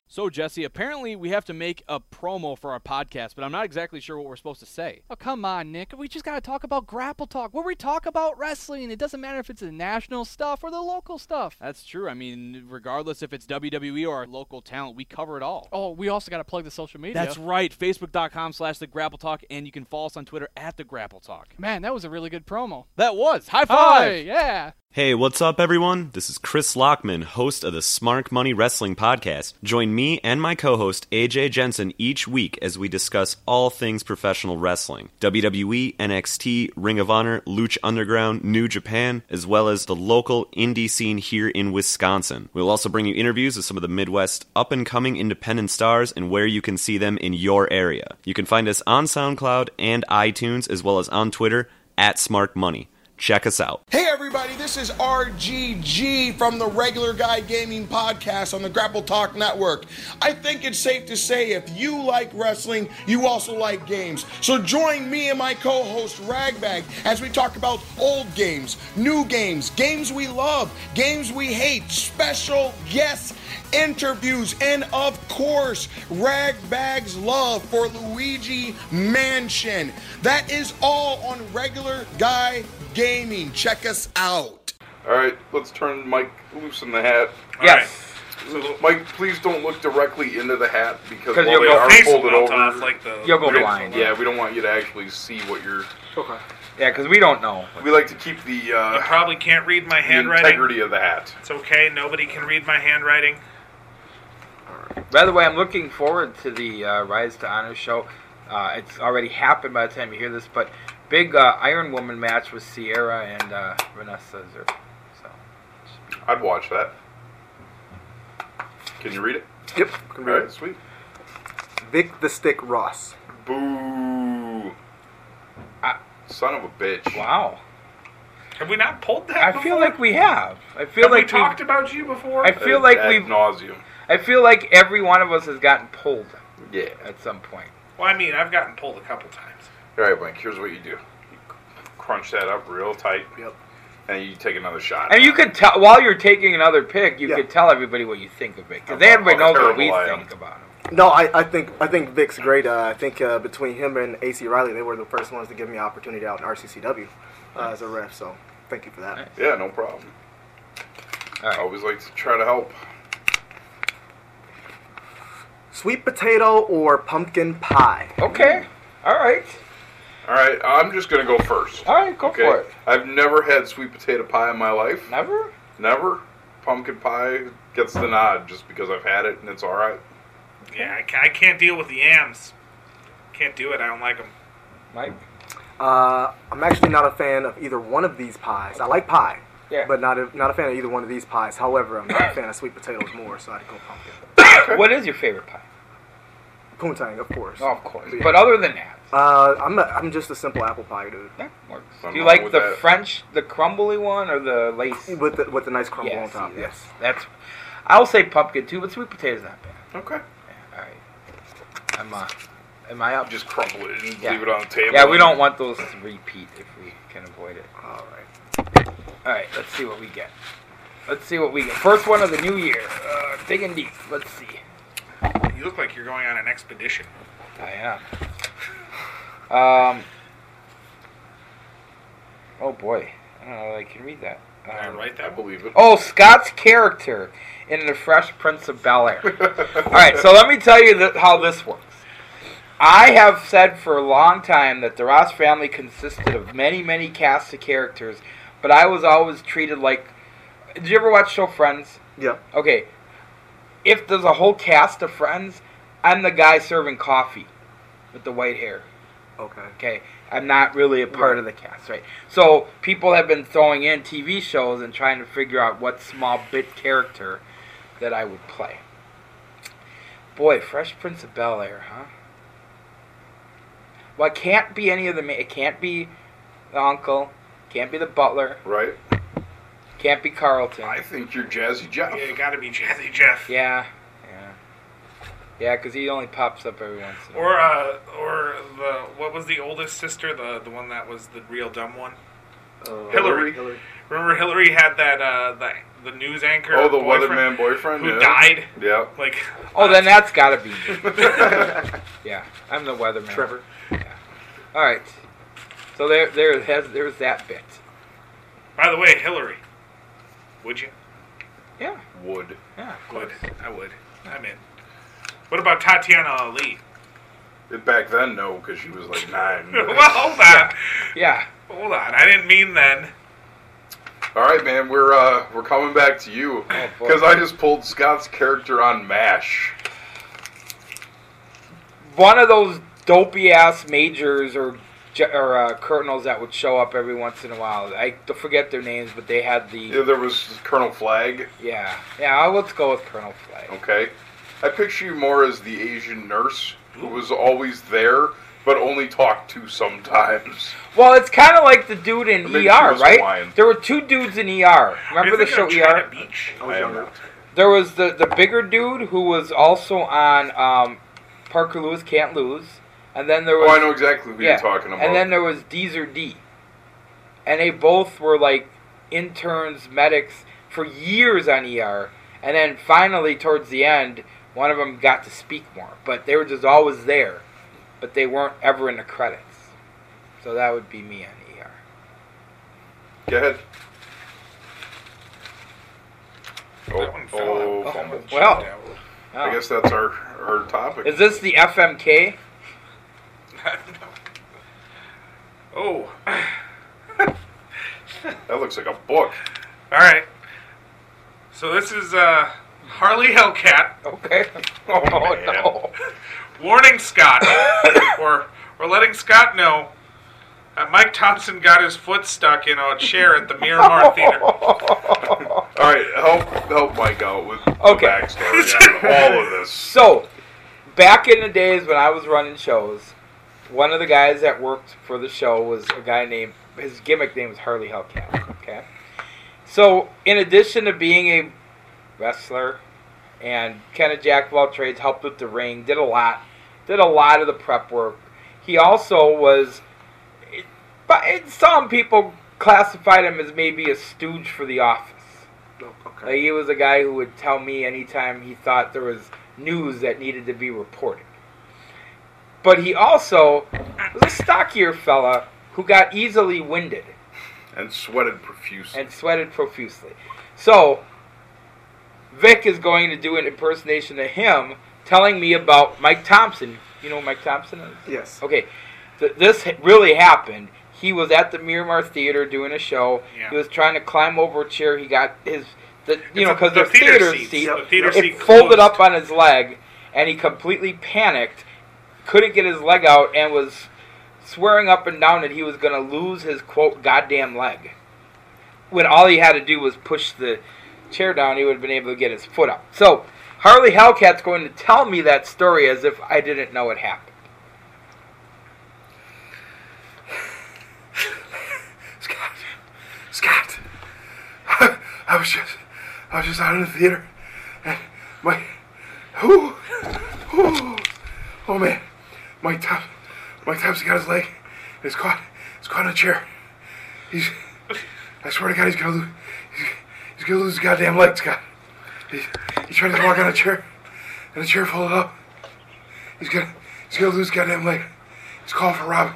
[SPEAKER 4] So, Jesse, apparently we have to make a promo for our podcast, but I'm not exactly sure what we're supposed to say.
[SPEAKER 10] Oh, come on, Nick. We just got to talk about grapple talk, where we talk about wrestling. It doesn't matter if it's the national stuff or the local stuff.
[SPEAKER 4] That's true. I mean, regardless if it's WWE or our local talent, we cover it all.
[SPEAKER 10] Oh, we also got to plug the social media.
[SPEAKER 4] That's right. Facebook.com slash The Grapple Talk, and you can follow us on Twitter at The Grapple Talk.
[SPEAKER 10] Man, that was a really good promo.
[SPEAKER 4] That was. High
[SPEAKER 10] Hi, yeah.
[SPEAKER 7] Hey, what's up, everyone? This is Chris Lockman, host of the Smart Money Wrestling Podcast. Join me and my co host, AJ Jensen, each week as we discuss all things professional wrestling E, WWE, NXT, Ring of Honor, Lucha Underground, New Japan, as well as the local indie scene here in Wisconsin. We'll also bring you interviews with some of the Midwest up and coming independent stars and where you can see them in your area. You can find us on SoundCloud and iTunes, as well as on Twitter at Smart Money. Check us out.
[SPEAKER 11] Hey everybody, this is RGG from the Regular Guy Gaming Podcast on the Grapple Talk Network. I think it's safe to say if you like wrestling, you also like games. So join me and my co host Ragbag as we talk about old games, new games, games we love, games we hate, special guests, interviews, and of course, Ragbag's love for Luigi Mansion. That is all on Regular Guy Gaming. Check us out.
[SPEAKER 1] All right. Let's turn Mike loose in the hat.
[SPEAKER 2] yes.
[SPEAKER 1] Mike, please don't look directly into the hat because
[SPEAKER 2] 'Cause
[SPEAKER 1] while
[SPEAKER 2] you'll
[SPEAKER 1] they
[SPEAKER 2] go
[SPEAKER 1] are
[SPEAKER 3] Face
[SPEAKER 1] folded
[SPEAKER 3] melt
[SPEAKER 1] over,
[SPEAKER 3] off like the.
[SPEAKER 2] You'll go
[SPEAKER 1] we don't-
[SPEAKER 2] blind.
[SPEAKER 1] Yeah, we don't want you to actually see what you're.
[SPEAKER 9] Okay.
[SPEAKER 2] Yeah, because we don't know.
[SPEAKER 1] We like to keep the,
[SPEAKER 3] You
[SPEAKER 1] uh,
[SPEAKER 3] probably can't read my
[SPEAKER 1] the
[SPEAKER 3] handwriting.
[SPEAKER 1] integrity of the hat.
[SPEAKER 3] It's okay. Nobody can read my handwriting.
[SPEAKER 2] By the way, I'm looking forward to the uh, Rise to Honor show. Uh, it's already happened by the time you hear this, but big uh, Iron Woman match with Sierra and uh, Vanessa Zer. So
[SPEAKER 1] I'd watch that. Can you read it?
[SPEAKER 9] Yep.
[SPEAKER 1] All right, sweet.
[SPEAKER 9] Vic the Stick Ross.
[SPEAKER 1] Boo.
[SPEAKER 2] Ah.
[SPEAKER 1] Son of a bitch.
[SPEAKER 2] wow,
[SPEAKER 3] Have we not pulled that?
[SPEAKER 2] I feel
[SPEAKER 3] before?
[SPEAKER 2] like we have. I feel
[SPEAKER 3] Have
[SPEAKER 2] like
[SPEAKER 3] we talked
[SPEAKER 2] we've-
[SPEAKER 3] about you before.
[SPEAKER 2] I feel like
[SPEAKER 1] Ad
[SPEAKER 2] we've.
[SPEAKER 1] nauseum.
[SPEAKER 2] I feel like every one of us has gotten pulled
[SPEAKER 1] Yeah.
[SPEAKER 2] at some point.
[SPEAKER 3] well, I mean, I've gotten pulled a couple times.
[SPEAKER 1] All right, Blink. Here's what you do. You crunch that up real tight,
[SPEAKER 9] Yep.
[SPEAKER 1] and you take another shot.
[SPEAKER 2] And you could tell while you're taking another pick, you
[SPEAKER 9] Yeah.
[SPEAKER 2] could tell everybody what you think of it because
[SPEAKER 1] How
[SPEAKER 2] everybody knows what
[SPEAKER 1] terrible
[SPEAKER 2] we
[SPEAKER 1] I am.
[SPEAKER 2] think about him.
[SPEAKER 9] No, I, I think I think Vic's great. Uh, I think uh, between him and AC Riley, they were the first ones to give me opportunity out in RCCW uh, as a ref. So thank you for that.
[SPEAKER 1] Yeah, no problem.
[SPEAKER 2] All
[SPEAKER 1] I
[SPEAKER 2] right.
[SPEAKER 1] always like to try to help.
[SPEAKER 9] Sweet potato or pumpkin pie?
[SPEAKER 2] Okay.
[SPEAKER 3] Mm-hmm.
[SPEAKER 2] All right.
[SPEAKER 1] All right, I'm just gonna go first.
[SPEAKER 2] All right. Go for it.
[SPEAKER 1] I've never had sweet potato pie in my life.
[SPEAKER 2] Never.
[SPEAKER 1] Never. Pumpkin pie gets the nod just because I've had it and it's all right.
[SPEAKER 3] Yeah, I, ca- I can't deal with the yams. Can't do it. I don't like them.
[SPEAKER 2] Mike.
[SPEAKER 9] Uh, I'm actually not a fan of either one of these pies. I like pie,
[SPEAKER 2] Yeah.
[SPEAKER 9] but not a, not a fan of either one of these pies. However, I'm not a fan of sweet potatoes more, so I'd go pumpkin.
[SPEAKER 2] What is your favorite pie?
[SPEAKER 9] Poontang, of course.
[SPEAKER 2] Oh, of course. But other than that,
[SPEAKER 9] Uh, I'm a, I'm just a simple apple pie dude
[SPEAKER 2] that works.
[SPEAKER 1] I'm
[SPEAKER 2] Do you
[SPEAKER 1] wrong
[SPEAKER 2] like
[SPEAKER 1] with
[SPEAKER 2] the
[SPEAKER 1] that.
[SPEAKER 2] French, the crumbly one, or the lace?
[SPEAKER 9] with the, with the nice crumble
[SPEAKER 2] Yeah,
[SPEAKER 9] on
[SPEAKER 2] see,
[SPEAKER 9] top.
[SPEAKER 2] that's-
[SPEAKER 9] Yes.
[SPEAKER 2] That's. I'll say pumpkin too, but sweet potato's not bad.
[SPEAKER 1] Okay.
[SPEAKER 2] All right. I'm. Uh, am I up?
[SPEAKER 1] Just crumble it and
[SPEAKER 2] Yeah.
[SPEAKER 1] leave it on the table.
[SPEAKER 2] Yeah, we don't want those to repeat if we can avoid it.
[SPEAKER 9] All right.
[SPEAKER 2] All right, let's see what we get. Let's see what we get. First one of the new year. Uh, digging deep. Let's see.
[SPEAKER 3] You look like you're going on an expedition.
[SPEAKER 2] I am. Um. Oh boy, I don't know. if I can read that.
[SPEAKER 3] Can I
[SPEAKER 2] Um,
[SPEAKER 3] write
[SPEAKER 1] I
[SPEAKER 3] that?
[SPEAKER 1] believe it.
[SPEAKER 2] Oh, Scott's character in The Fresh Prince of Bel Air. All right, so let me tell you that how this works. I have said for a long time that the Ross family consisted of many, many casts of characters, but I was always treated like. Did you ever watch show Friends?
[SPEAKER 9] Yeah.
[SPEAKER 2] Okay. If there's a whole cast of friends, I'm the guy serving coffee with the white hair.
[SPEAKER 9] Okay.
[SPEAKER 2] Okay. I'm not really a part of the cast, right? So people have been throwing in TV shows and trying to figure out what small bit character that I would play. Boy, Fresh Prince of Bel Air, huh? Well, it can't be any of the. Ma- it can't be the uncle. Can't be the butler.
[SPEAKER 1] Right.
[SPEAKER 2] Can't be Carlton.
[SPEAKER 1] I think you're Jazzy Jeff.
[SPEAKER 3] Yeah, it gotta be Jazzy Jeff.
[SPEAKER 2] Yeah, yeah, yeah. Because he only pops up every once. in a
[SPEAKER 3] Or uh, or the what was the oldest sister? The the one that was the real dumb one.
[SPEAKER 9] Uh,
[SPEAKER 3] Hillary.
[SPEAKER 1] Hillary.
[SPEAKER 3] Remember Hillary had that uh the the news anchor.
[SPEAKER 1] Oh, the weatherman
[SPEAKER 3] boyfriend
[SPEAKER 1] boyfriend
[SPEAKER 3] who
[SPEAKER 1] yeah.
[SPEAKER 3] died.
[SPEAKER 1] Yeah.
[SPEAKER 3] Like
[SPEAKER 2] Oh, then that's got to be me. yeah, I'm the weatherman. Trevor. Yeah. All right. So there, there, there's, there's that bit.
[SPEAKER 3] By the way, Hillary, would you?
[SPEAKER 2] Yeah.
[SPEAKER 1] Would.
[SPEAKER 2] Yeah.
[SPEAKER 3] Would I would. I'm in. What about Tatiana Ali?
[SPEAKER 1] Back then, no, because she was like nine.
[SPEAKER 3] well, hold on.
[SPEAKER 2] Yeah.
[SPEAKER 3] Hold on. I didn't mean then.
[SPEAKER 1] All right, man, we're uh, we're coming back to you
[SPEAKER 3] Oh, boy.
[SPEAKER 1] because I just pulled Scott's character on Mash.
[SPEAKER 2] One of those dopey ass majors or ge- or uh, colonels that would show up every once in a while. I d- forget their names, but they had the.
[SPEAKER 1] Yeah, there was Colonel Flag.
[SPEAKER 2] Yeah. Yeah. I'll- Let's go with Colonel Flag.
[SPEAKER 1] Okay, I picture you more as the Asian nurse who was always there but only talked to sometimes.
[SPEAKER 2] Well, it's kind of like the dude in
[SPEAKER 1] Or maybe she
[SPEAKER 2] ER,
[SPEAKER 1] was
[SPEAKER 2] right?
[SPEAKER 1] Hawaiian.
[SPEAKER 2] There were two dudes in ER. Remember the
[SPEAKER 1] thinking
[SPEAKER 2] show
[SPEAKER 1] of
[SPEAKER 2] ER?
[SPEAKER 1] I was younger.
[SPEAKER 2] There was the the bigger dude who was also on um, Parker Lewis Can't Lose, and then there was.
[SPEAKER 1] Oh, I know exactly who you're talking about.
[SPEAKER 2] And then there was Deezer D, and they both were like interns, medics for years on ER, and then finally towards the end, one of them got to speak more, but they were just always there, but they weren't ever in the credits. So that would be me on ER.
[SPEAKER 1] Go ahead. Oh,
[SPEAKER 2] Oh,
[SPEAKER 1] oh, fumble.
[SPEAKER 2] well.
[SPEAKER 1] Oh, I guess that's our our topic.
[SPEAKER 2] Is this the FMK?
[SPEAKER 3] Oh.
[SPEAKER 1] That looks like a book.
[SPEAKER 3] All right. So this is uh, Harley Hellcat.
[SPEAKER 2] Okay. Oh, no.
[SPEAKER 3] Warning Scott, or or letting Scott know that Mike Thompson got his foot stuck in a chair at the Miramar Theater.
[SPEAKER 1] All right, help help Mike out with
[SPEAKER 2] Okay.
[SPEAKER 1] the backstory on all of this.
[SPEAKER 2] So, back in the days when I was running shows, one of the guys that worked for the show was a guy named his gimmick name was Harley Hellcat. Okay. So, in addition to being a wrestler and kind of jack of all trades, helped with the ring, did a lot, did a lot of the prep work. He also was, but it- some people classified him as maybe a stooge for the office. Like he was a guy who would tell me anytime he thought there was news that needed to be reported. But he also was a stockier fella who got easily winded
[SPEAKER 1] and sweated profusely.
[SPEAKER 2] And sweated profusely. So Vic is going to do an impersonation of him telling me about Mike Thompson. You know who Mike Thompson is?
[SPEAKER 9] Yes.
[SPEAKER 2] Okay. Th- this h- really happened. He was at the Miramar Theater doing a show.
[SPEAKER 3] Yeah.
[SPEAKER 2] He was trying to climb over a chair. He got his, the, you know,
[SPEAKER 3] a-
[SPEAKER 2] because
[SPEAKER 3] the
[SPEAKER 2] the,
[SPEAKER 3] theater
[SPEAKER 2] theater,
[SPEAKER 3] seats.
[SPEAKER 2] seat,
[SPEAKER 3] Yep. The theater
[SPEAKER 2] it
[SPEAKER 3] seat
[SPEAKER 2] folded up on his leg, and he completely panicked, couldn't get his leg out, and was swearing up and down that he was going to lose his quote goddamn leg. When all he had to do was push the chair down, he would have been able to get his foot up. So Harley Hellcat's going to tell me that story as if I didn't know it happened.
[SPEAKER 12] Scott, I was just, I was just out in the theater, and my, who, who, oh man, Mike Tom, Mike Thompson got his leg, and he's caught, he's caught in a chair. He's, I swear to God, he's gonna lose, he's, he's gonna lose his goddamn leg, Scott. He, he tried to walk on a chair, and the chair folded up. He's gonna, he's gonna lose his goddamn leg. He's calling for Robin.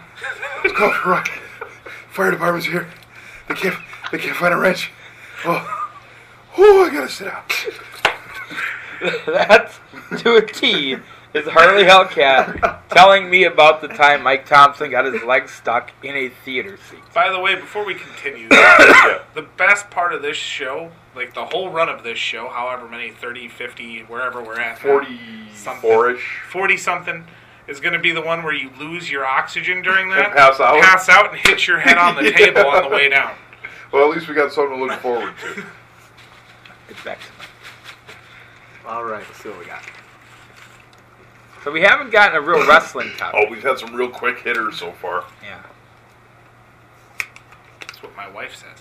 [SPEAKER 12] He's calling for Robin. Fire department's here. They can't. They can't find a wrench. Oh, oh! I gotta sit down.
[SPEAKER 2] that to a T is Harley Hellcat telling me about the time Mike Thompson got his leg stuck in a theater seat.
[SPEAKER 3] By the way, before we continue, the best part of this show, like the whole run of this show, however many, 30, 50, wherever we're at, now,
[SPEAKER 1] 44-ish.
[SPEAKER 3] 40 something, is going to be the one where you lose your oxygen during that.
[SPEAKER 1] And pass out?
[SPEAKER 3] Pass out and hit your head on the
[SPEAKER 1] Yeah.
[SPEAKER 3] table on the way down.
[SPEAKER 1] Well, at least we got something to look forward to.
[SPEAKER 2] Exactly.
[SPEAKER 9] All right, let's see what we got.
[SPEAKER 2] So we haven't gotten a real wrestling topic.
[SPEAKER 1] Oh, we've had some real quick hitters so far.
[SPEAKER 3] Oh.
[SPEAKER 2] Yeah.
[SPEAKER 3] That's what my wife says.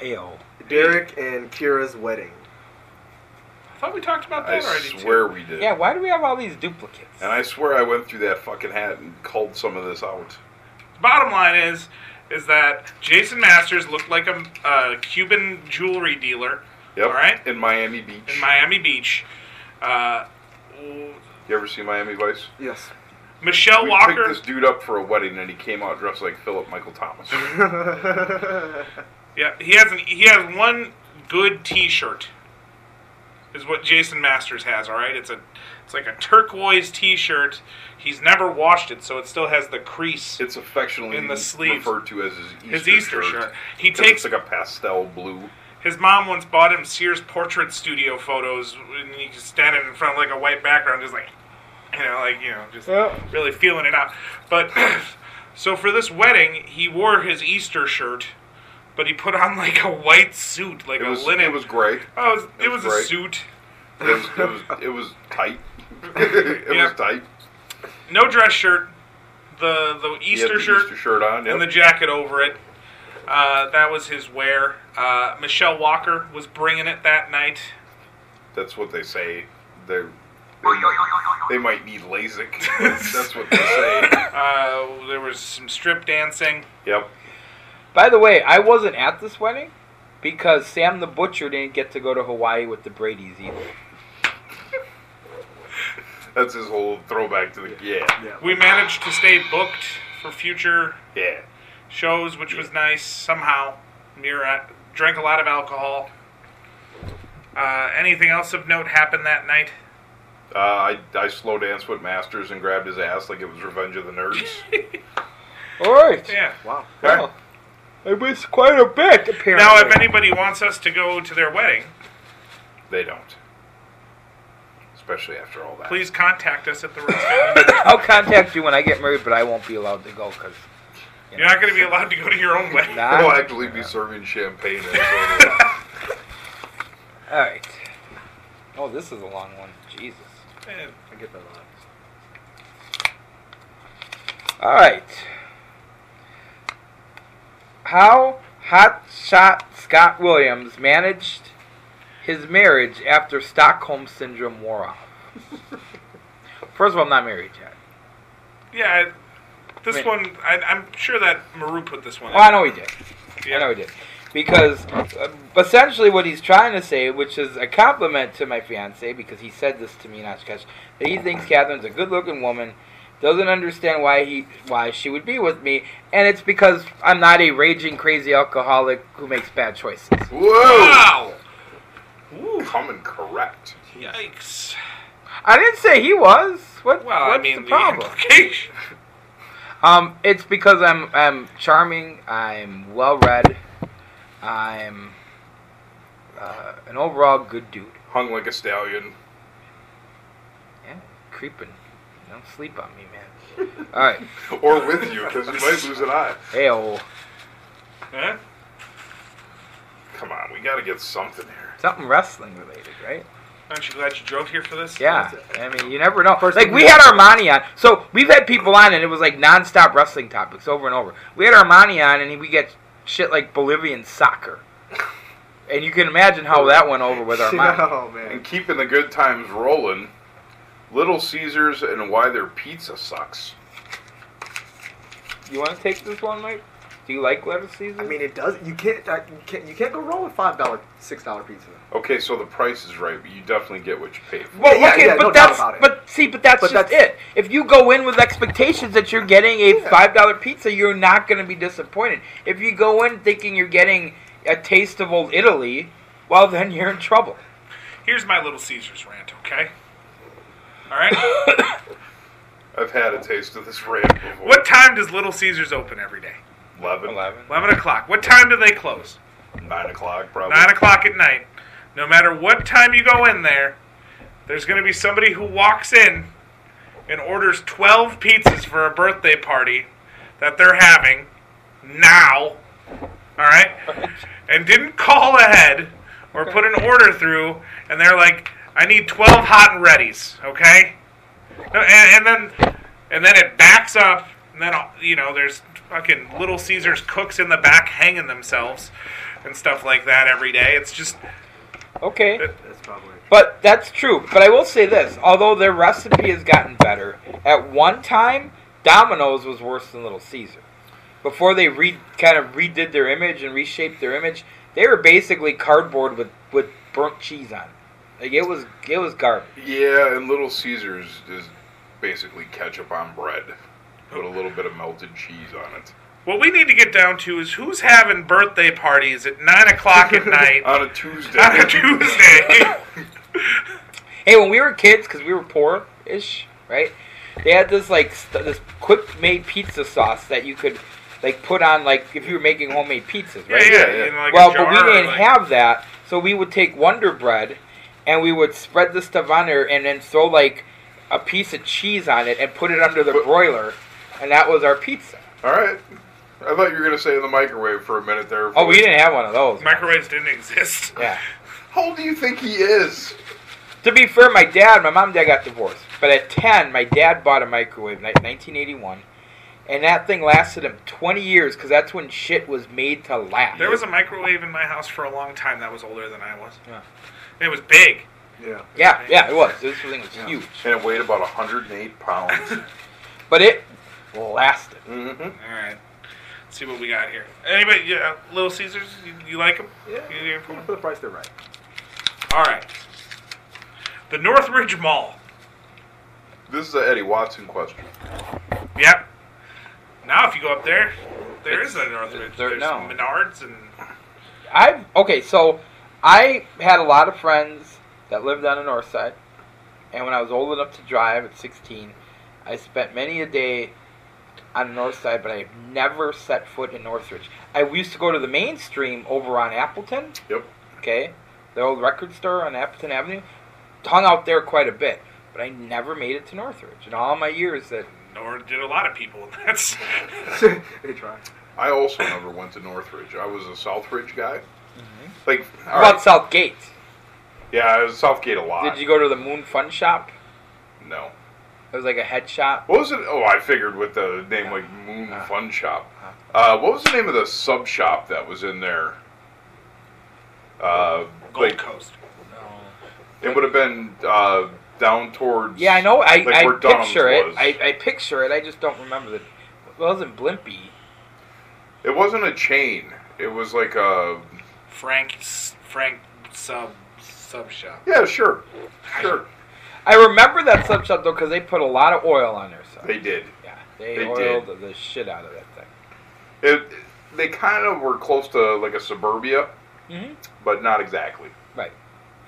[SPEAKER 2] Ayo.
[SPEAKER 9] Derek and Kira's wedding.
[SPEAKER 3] I thought we talked about
[SPEAKER 1] I
[SPEAKER 3] that already.
[SPEAKER 1] swear we did.
[SPEAKER 2] Yeah, why do we have all these duplicates?
[SPEAKER 1] And I swear I went through that fucking hat and culled some of this out.
[SPEAKER 3] Bottom line is, is that Jason Masters looked like a, a Cuban jewelry dealer.
[SPEAKER 1] Yep.
[SPEAKER 3] All right.
[SPEAKER 1] In Miami Beach.
[SPEAKER 3] In Miami Beach. Uh, w-
[SPEAKER 1] You ever see Miami Vice?
[SPEAKER 9] Yes.
[SPEAKER 3] Michelle
[SPEAKER 1] we
[SPEAKER 3] Walker.
[SPEAKER 1] picked this dude up for a wedding, and he came out dressed like Philip Michael Thomas.
[SPEAKER 3] Mm-hmm. yeah, he has an, he has one good T-shirt. Is what Jason Masters has. All right, it's a it's like a turquoise T-shirt. He's never washed it, so it still has the crease.
[SPEAKER 1] It's affectionately
[SPEAKER 3] in the sleeve.
[SPEAKER 1] referred to as his Easter,
[SPEAKER 3] His Easter shirt. He
[SPEAKER 1] 'cause it's
[SPEAKER 3] takes-
[SPEAKER 1] like a pastel blue.
[SPEAKER 3] His mom once bought him Sears portrait studio photos, and he's standing in front of like a white background, just like, you know, like you know, just
[SPEAKER 2] Yeah.
[SPEAKER 3] really feeling it out. But so for this wedding, he wore his Easter shirt, but he put on like a white suit, like
[SPEAKER 1] It
[SPEAKER 3] a
[SPEAKER 1] was,
[SPEAKER 3] linen.
[SPEAKER 1] it was great.
[SPEAKER 3] Oh, it was, it was
[SPEAKER 1] was
[SPEAKER 3] a
[SPEAKER 1] great.
[SPEAKER 3] suit.
[SPEAKER 1] It was, it was, it was tight. it
[SPEAKER 3] Yeah.
[SPEAKER 1] was tight.
[SPEAKER 3] No dress shirt. The the
[SPEAKER 1] He
[SPEAKER 3] Easter
[SPEAKER 1] had the
[SPEAKER 3] shirt.
[SPEAKER 1] Easter shirt on. Yep.
[SPEAKER 3] and the jacket over it. Uh, that was his wear. Uh, Michelle Walker was bringing it that night.
[SPEAKER 1] That's what they say. They're, they they might need LASIK. That's what they say.
[SPEAKER 3] Uh, there was some strip dancing.
[SPEAKER 1] Yep.
[SPEAKER 2] By the way, I wasn't at this wedding because Sam the Butcher didn't get to go to Hawaii with the Brady's either.
[SPEAKER 1] That's his whole throwback to the yeah.
[SPEAKER 3] We managed to stay booked for future
[SPEAKER 1] Yeah.
[SPEAKER 3] shows, which was nice somehow. Mira drank a lot of alcohol. Uh, anything else of note happened that night?
[SPEAKER 1] Uh, I, I slow danced with Masters and grabbed his ass like it was Revenge of the Nerds.
[SPEAKER 2] All right.
[SPEAKER 3] Yeah.
[SPEAKER 9] Wow.
[SPEAKER 2] Well, it was quite a bit, apparently.
[SPEAKER 3] Now, if anybody wants us to go to their wedding,
[SPEAKER 1] They don't. Especially after all that.
[SPEAKER 3] please contact us at the restaurant.
[SPEAKER 2] I'll contact you when I get married, but I won't be allowed to go because
[SPEAKER 3] You're not going to be allowed to go to your own wedding.
[SPEAKER 1] I'll actually be serving champagne. and soda.
[SPEAKER 2] All right. Oh, this is a long one. Jesus.
[SPEAKER 3] Eh,
[SPEAKER 9] I get that a lot.
[SPEAKER 2] All right. How hot shot Scott Williams managed his marriage after Stockholm syndrome wore off. First of all, I'm not married yet.
[SPEAKER 3] Yeah, I- this
[SPEAKER 2] Wait.
[SPEAKER 3] one, I, I'm sure that Maru put this one
[SPEAKER 2] Well,
[SPEAKER 3] in.
[SPEAKER 2] I know he did. I know he did. Because uh, essentially what he's trying to say, which is a compliment to my fiance, because he said this to me in Oshkosh, that he thinks Catherine's a good-looking woman, doesn't understand why he why she would be with me, and it's because I'm not a raging crazy alcoholic who makes bad choices.
[SPEAKER 1] Whoa!
[SPEAKER 3] Wow!
[SPEAKER 1] Coming correct.
[SPEAKER 3] Yikes.
[SPEAKER 2] I didn't say he was. What?
[SPEAKER 3] Well,
[SPEAKER 2] what's
[SPEAKER 3] I mean,
[SPEAKER 2] the
[SPEAKER 3] the,
[SPEAKER 2] problem?
[SPEAKER 3] implication.
[SPEAKER 2] Um, it's because I'm I'm charming, I'm well read, I'm uh, an overall good dude.
[SPEAKER 1] Hung like a stallion.
[SPEAKER 2] Yeah, creeping. Don't sleep on me, man. All right.
[SPEAKER 1] Or with you, because you might lose an eye.
[SPEAKER 2] Hey, oh,
[SPEAKER 3] Huh?
[SPEAKER 1] Come on, we gotta get something here.
[SPEAKER 2] something wrestling related, right?
[SPEAKER 3] Aren't you glad you drove here for this?
[SPEAKER 2] Yeah. I mean, you never know. Like we had Armani on, so we've had people on, and it was like nonstop wrestling topics over and over. We had Armani on, and we get shit like Bolivian soccer, and you can imagine how that went over with Armani.
[SPEAKER 9] Oh man.
[SPEAKER 1] And keeping the good times rolling, Little Caesars and why their pizza sucks.
[SPEAKER 2] You want to take this one, Mike? Do you like lettuce season?
[SPEAKER 9] I mean, it does. You can't. I, you can't. You can't go wrong with five dollar, six dollar pizza.
[SPEAKER 1] Okay, so the price is right, but you definitely get what you pay for.
[SPEAKER 2] well,
[SPEAKER 9] yeah,
[SPEAKER 2] okay,
[SPEAKER 9] yeah,
[SPEAKER 2] but
[SPEAKER 9] no doubt
[SPEAKER 2] that's
[SPEAKER 9] about it.
[SPEAKER 2] but see, but that's
[SPEAKER 9] But
[SPEAKER 2] just it. If you go in with expectations that you're getting a five dollar pizza, you're not going to be disappointed. If you go in thinking you're getting a taste of old Italy, well, then you're in trouble.
[SPEAKER 3] Here's my little Caesars rant, okay? All right?
[SPEAKER 1] I've had a taste of this rant before.
[SPEAKER 3] What time does Little Caesars open every day?
[SPEAKER 1] 11. 11.
[SPEAKER 3] 11 o'clock. What time do they close?
[SPEAKER 1] 9 o'clock, probably.
[SPEAKER 3] 9 o'clock at night. No matter what time you go in there, there's going to be somebody who walks in and orders 12 pizzas for a birthday party that they're having now. All right? And didn't call ahead or put an order through, and they're like, I need 12 hot and readies, okay? No, and, and then and then it backs up, and then you know there's fucking Little Caesars cooks in the back hanging themselves and stuff like that every day. It's just
[SPEAKER 2] Okay. But that's true. But I will say this: although their recipe has gotten better, at one time Domino's was worse than Little Caesar. Before they re- kind of redid their image and reshaped their image, they were basically cardboard with, with burnt cheese on it. Like it was it was garbage.
[SPEAKER 1] Yeah, and Little Caesars is basically ketchup on bread. Put a little bit of melted cheese on it.
[SPEAKER 3] what we need to get down to is who's having birthday parties at nine o'clock at night
[SPEAKER 1] on a Tuesday.
[SPEAKER 3] On a Tuesday.
[SPEAKER 2] Hey, when we were kids, because we were poor ish, right? They had this like st- this quick made pizza sauce that you could like put on like if you were making homemade pizzas,
[SPEAKER 3] Yeah,
[SPEAKER 2] right?
[SPEAKER 3] yeah, Yeah, yeah. in, like, a
[SPEAKER 2] well, but we
[SPEAKER 3] jar or,
[SPEAKER 2] didn't
[SPEAKER 3] like-
[SPEAKER 2] have that, so we would take Wonder Bread and we would spread the stuff on there and then throw like a piece of cheese on it and put it under the broiler, and that was our pizza.
[SPEAKER 1] All right. I thought you were going to say in the microwave for a minute there.
[SPEAKER 2] Oh, we didn't have one of those.
[SPEAKER 3] Microwaves didn't exist.
[SPEAKER 2] Yeah.
[SPEAKER 1] How old do you think he is?
[SPEAKER 2] To be fair, my dad, my mom and dad got divorced. But at 10, my dad bought a microwave in 1981. And that thing lasted him 20 years because that's when shit was made to last.
[SPEAKER 3] There was a microwave in my house for a long time that was older than I was. Yeah. It was big.
[SPEAKER 1] Yeah.
[SPEAKER 2] Yeah, yeah, it was. This thing was huge.
[SPEAKER 1] And it weighed about 108 pounds.
[SPEAKER 2] But it lasted.
[SPEAKER 1] Mm-hmm.
[SPEAKER 3] All right. Let's see what we got here. Anybody, yeah, Little Caesars, you, you like them? Yeah. for
[SPEAKER 9] the price, they're right.
[SPEAKER 3] All right. The Northridge Mall.
[SPEAKER 1] This is an Eddie Watson question.
[SPEAKER 3] Yep. Now, if you go up there, there is a Northridge.
[SPEAKER 2] there-
[SPEAKER 3] There's
[SPEAKER 2] no.
[SPEAKER 3] Menards and
[SPEAKER 2] I okay, so I had a lot of friends that lived on the north side, and when I was old enough to drive at 16, I spent many a day on the north side, but I have never set foot in Northridge. I we used to go to the mainstream over on Appleton.
[SPEAKER 1] Yep.
[SPEAKER 2] Okay, the old record store on Appleton Avenue. Hung out there quite a bit, but I never made it to Northridge in all my years that
[SPEAKER 3] nor did a lot of people. That's
[SPEAKER 1] they try. I also never went to Northridge. I was a Southridge guy.
[SPEAKER 9] Mm-hmm.
[SPEAKER 1] Like
[SPEAKER 2] How
[SPEAKER 1] all
[SPEAKER 2] about
[SPEAKER 1] right.
[SPEAKER 2] Southgate.
[SPEAKER 1] Yeah, I was Southgate a lot.
[SPEAKER 2] Did you go to the Moon Fun Shop?
[SPEAKER 1] No.
[SPEAKER 2] It was like a head shop.
[SPEAKER 1] What was it? Oh, I figured with the name like Moon
[SPEAKER 9] Uh-huh.
[SPEAKER 1] Fun Shop. Uh, what was the name of the sub shop that was in there? Uh,
[SPEAKER 3] Gold
[SPEAKER 1] like,
[SPEAKER 3] Coast.
[SPEAKER 1] It would have been uh, down towards.
[SPEAKER 2] Yeah, I know. I,
[SPEAKER 1] like
[SPEAKER 2] I
[SPEAKER 1] where Dunham's
[SPEAKER 2] picture it.
[SPEAKER 1] was.
[SPEAKER 2] I, I picture it. I just don't remember the. It wasn't Blimpy.
[SPEAKER 1] It wasn't a chain. It was like a.
[SPEAKER 3] Frank Frank sub sub shop.
[SPEAKER 1] Yeah, sure, sure.
[SPEAKER 2] I remember that sub shop though because they put a lot of oil on their sub.
[SPEAKER 1] They did.
[SPEAKER 2] Yeah, they,
[SPEAKER 1] They
[SPEAKER 2] oiled the shit out of that thing.
[SPEAKER 1] It. They kind of were close to like a suburbia,
[SPEAKER 2] Mhm.
[SPEAKER 1] but not exactly.
[SPEAKER 2] Right.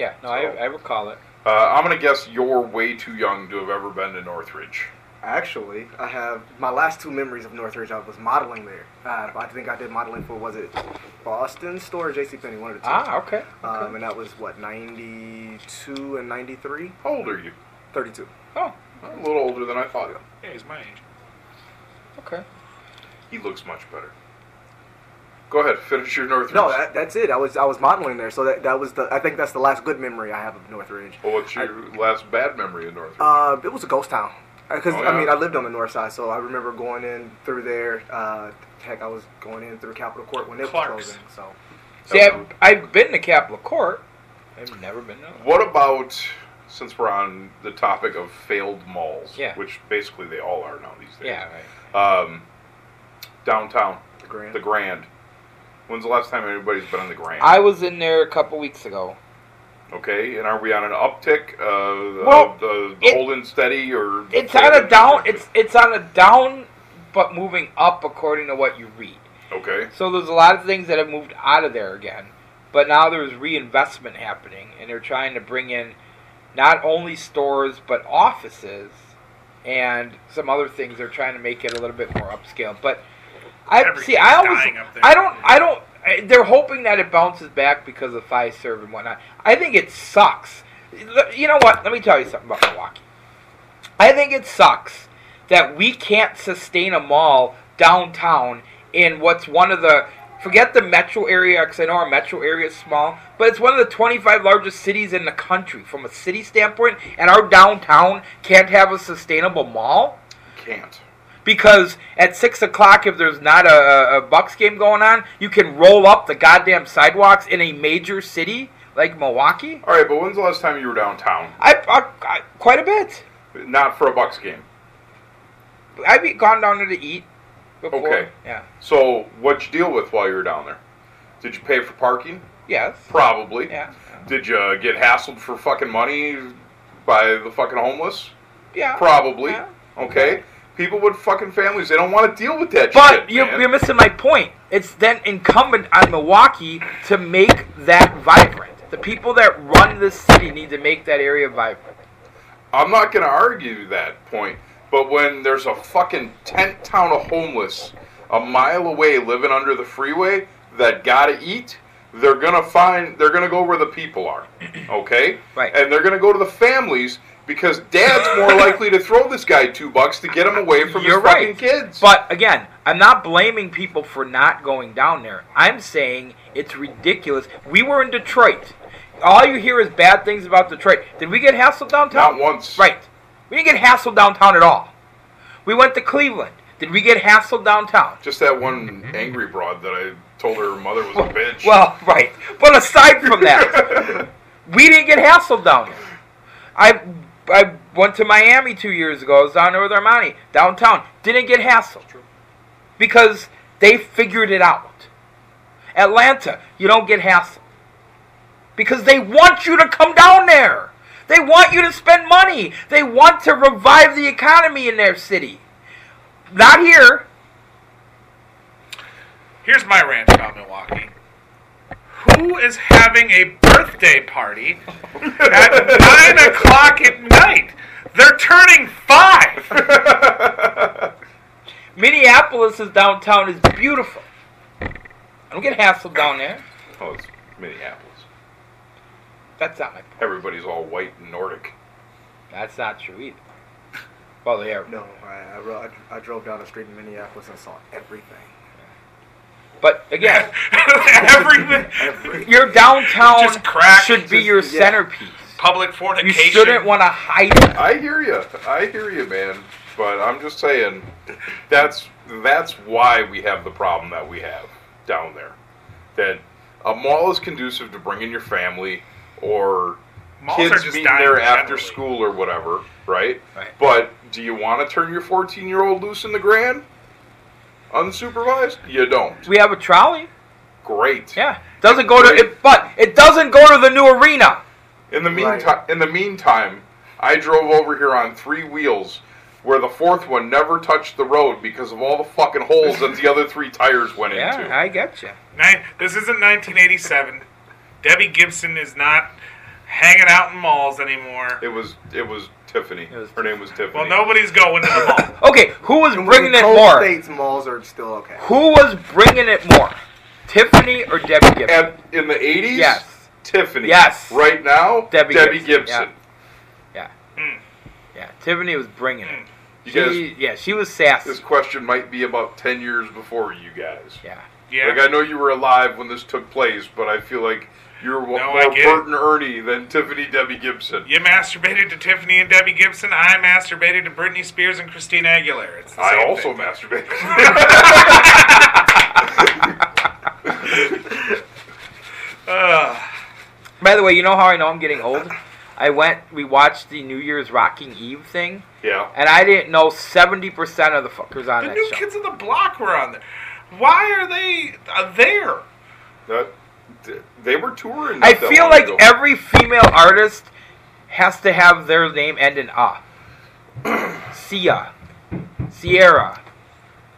[SPEAKER 2] Yeah. No, I, I recall it.
[SPEAKER 1] Uh, I'm gonna guess you're way too young to have ever been to Northridge.
[SPEAKER 9] Actually, I have my last two memories of Northridge. I was modeling there. Uh, I think I did modeling for was it Boston store or JC Penney, one of the two.
[SPEAKER 2] Ah, okay,
[SPEAKER 9] Um,
[SPEAKER 2] okay.
[SPEAKER 9] and that was what 92 and 93.
[SPEAKER 1] How old are you?
[SPEAKER 9] 32.
[SPEAKER 2] Oh,
[SPEAKER 1] a little older than I thought.
[SPEAKER 3] Yeah, he's my age.
[SPEAKER 2] Okay.
[SPEAKER 1] He looks much better. Go ahead, finish your Northridge.
[SPEAKER 9] No, that, that's it. I was I was modeling there, so that, that was the I think that's the last good memory I have of Northridge.
[SPEAKER 1] Well, what's your last bad memory of Northridge?
[SPEAKER 9] Uh, it was a ghost town. Because
[SPEAKER 1] Oh,
[SPEAKER 9] I mean,
[SPEAKER 1] yeah.
[SPEAKER 9] I lived on the north side, so I remember going in through there. Uh, heck, I was going in through Capitol Court when it
[SPEAKER 2] Clark's.
[SPEAKER 9] was closing. So
[SPEAKER 2] See, I've, I've been to Capitol Court. I've never been to.
[SPEAKER 1] What about since we're on the topic of failed malls?
[SPEAKER 2] Yeah.
[SPEAKER 1] Which basically they all are now these days.
[SPEAKER 2] Yeah. Right.
[SPEAKER 1] Um, downtown. The
[SPEAKER 9] Grand.
[SPEAKER 1] The Grand. When's the last time anybody's been on the Grand?
[SPEAKER 2] I was in there a couple weeks ago.
[SPEAKER 1] okay, and are we on an uptick? Uh,
[SPEAKER 2] Well,
[SPEAKER 1] of the the
[SPEAKER 2] it-
[SPEAKER 1] hold and steady, or
[SPEAKER 2] It's on a down. It's it's on a down, but moving up according to what you read.
[SPEAKER 1] okay.
[SPEAKER 2] So there's a lot of things that have moved out of there again, but now there's reinvestment happening, and they're trying to bring in not only stores but offices and some other things. They're trying to make it a little bit more upscale. But I see. I always.
[SPEAKER 3] dying up there.
[SPEAKER 2] I don't. I don't. I- They're hoping that it bounces back because of five serve and whatnot. I think it sucks. You know what? Let me tell you something about Milwaukee. I think it sucks that we can't sustain a mall downtown in what's one of the forget the metro area because I know our metro area is small, but it's one of the 25 largest cities in the country from a city standpoint, and our downtown can't have a sustainable mall
[SPEAKER 1] Can't.
[SPEAKER 2] because at six o'clock, if there's not a, a Bucks game going on, you can roll up the goddamn sidewalks in a major city like Milwaukee.
[SPEAKER 1] All right, but when's the last time you were downtown?
[SPEAKER 2] I, I, I quite a bit.
[SPEAKER 1] Not for a Bucks game.
[SPEAKER 2] I've be- gone down there to eat. Before.
[SPEAKER 1] Okay.
[SPEAKER 2] Yeah.
[SPEAKER 1] So what'd you deal with while you were down there? Did you pay for parking?
[SPEAKER 2] Yes.
[SPEAKER 1] Probably.
[SPEAKER 2] Yeah.
[SPEAKER 1] Did you get hassled for fucking money by the fucking homeless?
[SPEAKER 2] Yeah.
[SPEAKER 1] Probably.
[SPEAKER 2] Yeah.
[SPEAKER 1] Okay. People with fucking families, they don't want to deal with that shit.
[SPEAKER 2] But you're,
[SPEAKER 1] man.
[SPEAKER 2] you're missing my point. It's then incumbent on Milwaukee to make that vibrant. The people that run this city need to make that area vibrant.
[SPEAKER 1] I'm not going to argue that point, but when there's a fucking tent town of homeless a mile away living under the freeway that gotta eat, they're going to find, they're going to go where the people are. Okay? Right. And they're going to go to the families because dad's more likely to throw this guy two bucks to get him away from
[SPEAKER 2] You're
[SPEAKER 1] his
[SPEAKER 2] right.
[SPEAKER 1] fucking kids.
[SPEAKER 2] But again, I'm not blaming people for not going down there. I'm saying it's ridiculous. We were in Detroit. All you hear is bad things about Detroit. Did we get hassled downtown?
[SPEAKER 1] Not once.
[SPEAKER 2] Right. We didn't get hassled downtown at all. We went to Cleveland. Did we get hassled downtown?
[SPEAKER 1] Just that one angry broad that I told her her mother was a bitch.
[SPEAKER 2] Well, right. But aside from that, we didn't get hassled down there. I I went to Miami two years ago. I was down there with Armani downtown. Didn't get hassled because they figured it out. Atlanta, you don't get hassled because they want you to come down there. They want you to spend money. They want to revive the economy in their city. Not here.
[SPEAKER 3] Here's my rant about Milwaukee. Who is having a birthday party at nine o'clock at night? They're turning five.
[SPEAKER 2] Minneapolis's downtown is beautiful. I don't get hassled down there.
[SPEAKER 1] Oh, it's Minneapolis.
[SPEAKER 2] That's not my point.
[SPEAKER 1] Everybody's all white and Nordic.
[SPEAKER 2] That's not true either. Well, they are.
[SPEAKER 9] No, I, I, ro- I, I drove down the street in Minneapolis and saw everything.
[SPEAKER 2] But again,
[SPEAKER 3] everything.
[SPEAKER 2] Your downtown
[SPEAKER 3] Just crack,
[SPEAKER 2] should be
[SPEAKER 3] just-
[SPEAKER 2] your
[SPEAKER 3] yeah.
[SPEAKER 2] centerpiece.
[SPEAKER 3] Public fornication.
[SPEAKER 2] You shouldn't want to hide it.
[SPEAKER 1] I hear you. I hear you, man. But I'm just saying, that's that's why we have the problem that we have down there. That a mall is conducive to bringing your family or
[SPEAKER 3] Malls are
[SPEAKER 1] kids
[SPEAKER 3] just
[SPEAKER 1] meeting
[SPEAKER 3] dying
[SPEAKER 1] there
[SPEAKER 3] generally.
[SPEAKER 1] after school or whatever, right? But do you want to turn your 14 year old loose in the Grand, unsupervised? You don't.
[SPEAKER 2] We have a trolley.
[SPEAKER 1] Great.
[SPEAKER 2] Yeah. Doesn't go to it, but it doesn't go to the new arena.
[SPEAKER 1] In the meantime, in the meantime, I drove over here on three wheels, where the fourth one never touched the road because of all the fucking holes that the other three tires went into.
[SPEAKER 2] I get you.
[SPEAKER 3] Nine, this isn't 1987. Debbie Gibson is not hanging out in malls anymore.
[SPEAKER 1] It was it was Tiffany. Her name was Tiffany.
[SPEAKER 3] Well, nobody's going to the mall.
[SPEAKER 2] Okay, who was bringing it
[SPEAKER 9] Cold
[SPEAKER 2] more?
[SPEAKER 9] states malls are still okay.
[SPEAKER 2] Who was bringing it more? Tiffany or Debbie Gibson?
[SPEAKER 1] And in the '80s,
[SPEAKER 2] Yes.
[SPEAKER 1] Tiffany.
[SPEAKER 2] Yes.
[SPEAKER 1] Right now,
[SPEAKER 2] Debbie
[SPEAKER 1] Debbie,
[SPEAKER 2] Gibson.
[SPEAKER 1] Gibson.
[SPEAKER 2] Yeah.
[SPEAKER 3] Hmm.
[SPEAKER 2] Yeah. Tiffany was bringing it.
[SPEAKER 1] You
[SPEAKER 2] She-
[SPEAKER 1] guys-
[SPEAKER 2] yeah, she was sassy.
[SPEAKER 1] This question might be about ten years before you guys.
[SPEAKER 2] Yeah.
[SPEAKER 3] Yeah.
[SPEAKER 1] Like I know you were alive when this took place, but I feel like you were wa-
[SPEAKER 3] No, I
[SPEAKER 1] more
[SPEAKER 3] get it.
[SPEAKER 1] Bert and Ernie than Tiffany Debbie Gibson.
[SPEAKER 3] You masturbated to Tiffany and Debbie Gibson. I masturbated to Britney Spears and Christina Aguilera. It's the
[SPEAKER 1] I
[SPEAKER 3] same
[SPEAKER 1] also
[SPEAKER 3] thing.
[SPEAKER 1] masturbated.
[SPEAKER 2] By the way, you know how I know I'm getting old? I went, we watched the New Year's Rocking Eve thing,
[SPEAKER 1] yeah.
[SPEAKER 2] and I didn't know 70% of the fuckers on
[SPEAKER 3] The
[SPEAKER 2] that
[SPEAKER 3] new
[SPEAKER 2] show.
[SPEAKER 3] kids on the block were on there. Why are they uh, there?
[SPEAKER 1] That, th- they were touring.
[SPEAKER 2] I
[SPEAKER 1] not that
[SPEAKER 2] feel
[SPEAKER 1] long
[SPEAKER 2] like
[SPEAKER 1] ago.
[SPEAKER 2] every female artist has to have their name end in ah. Sia, Sierra,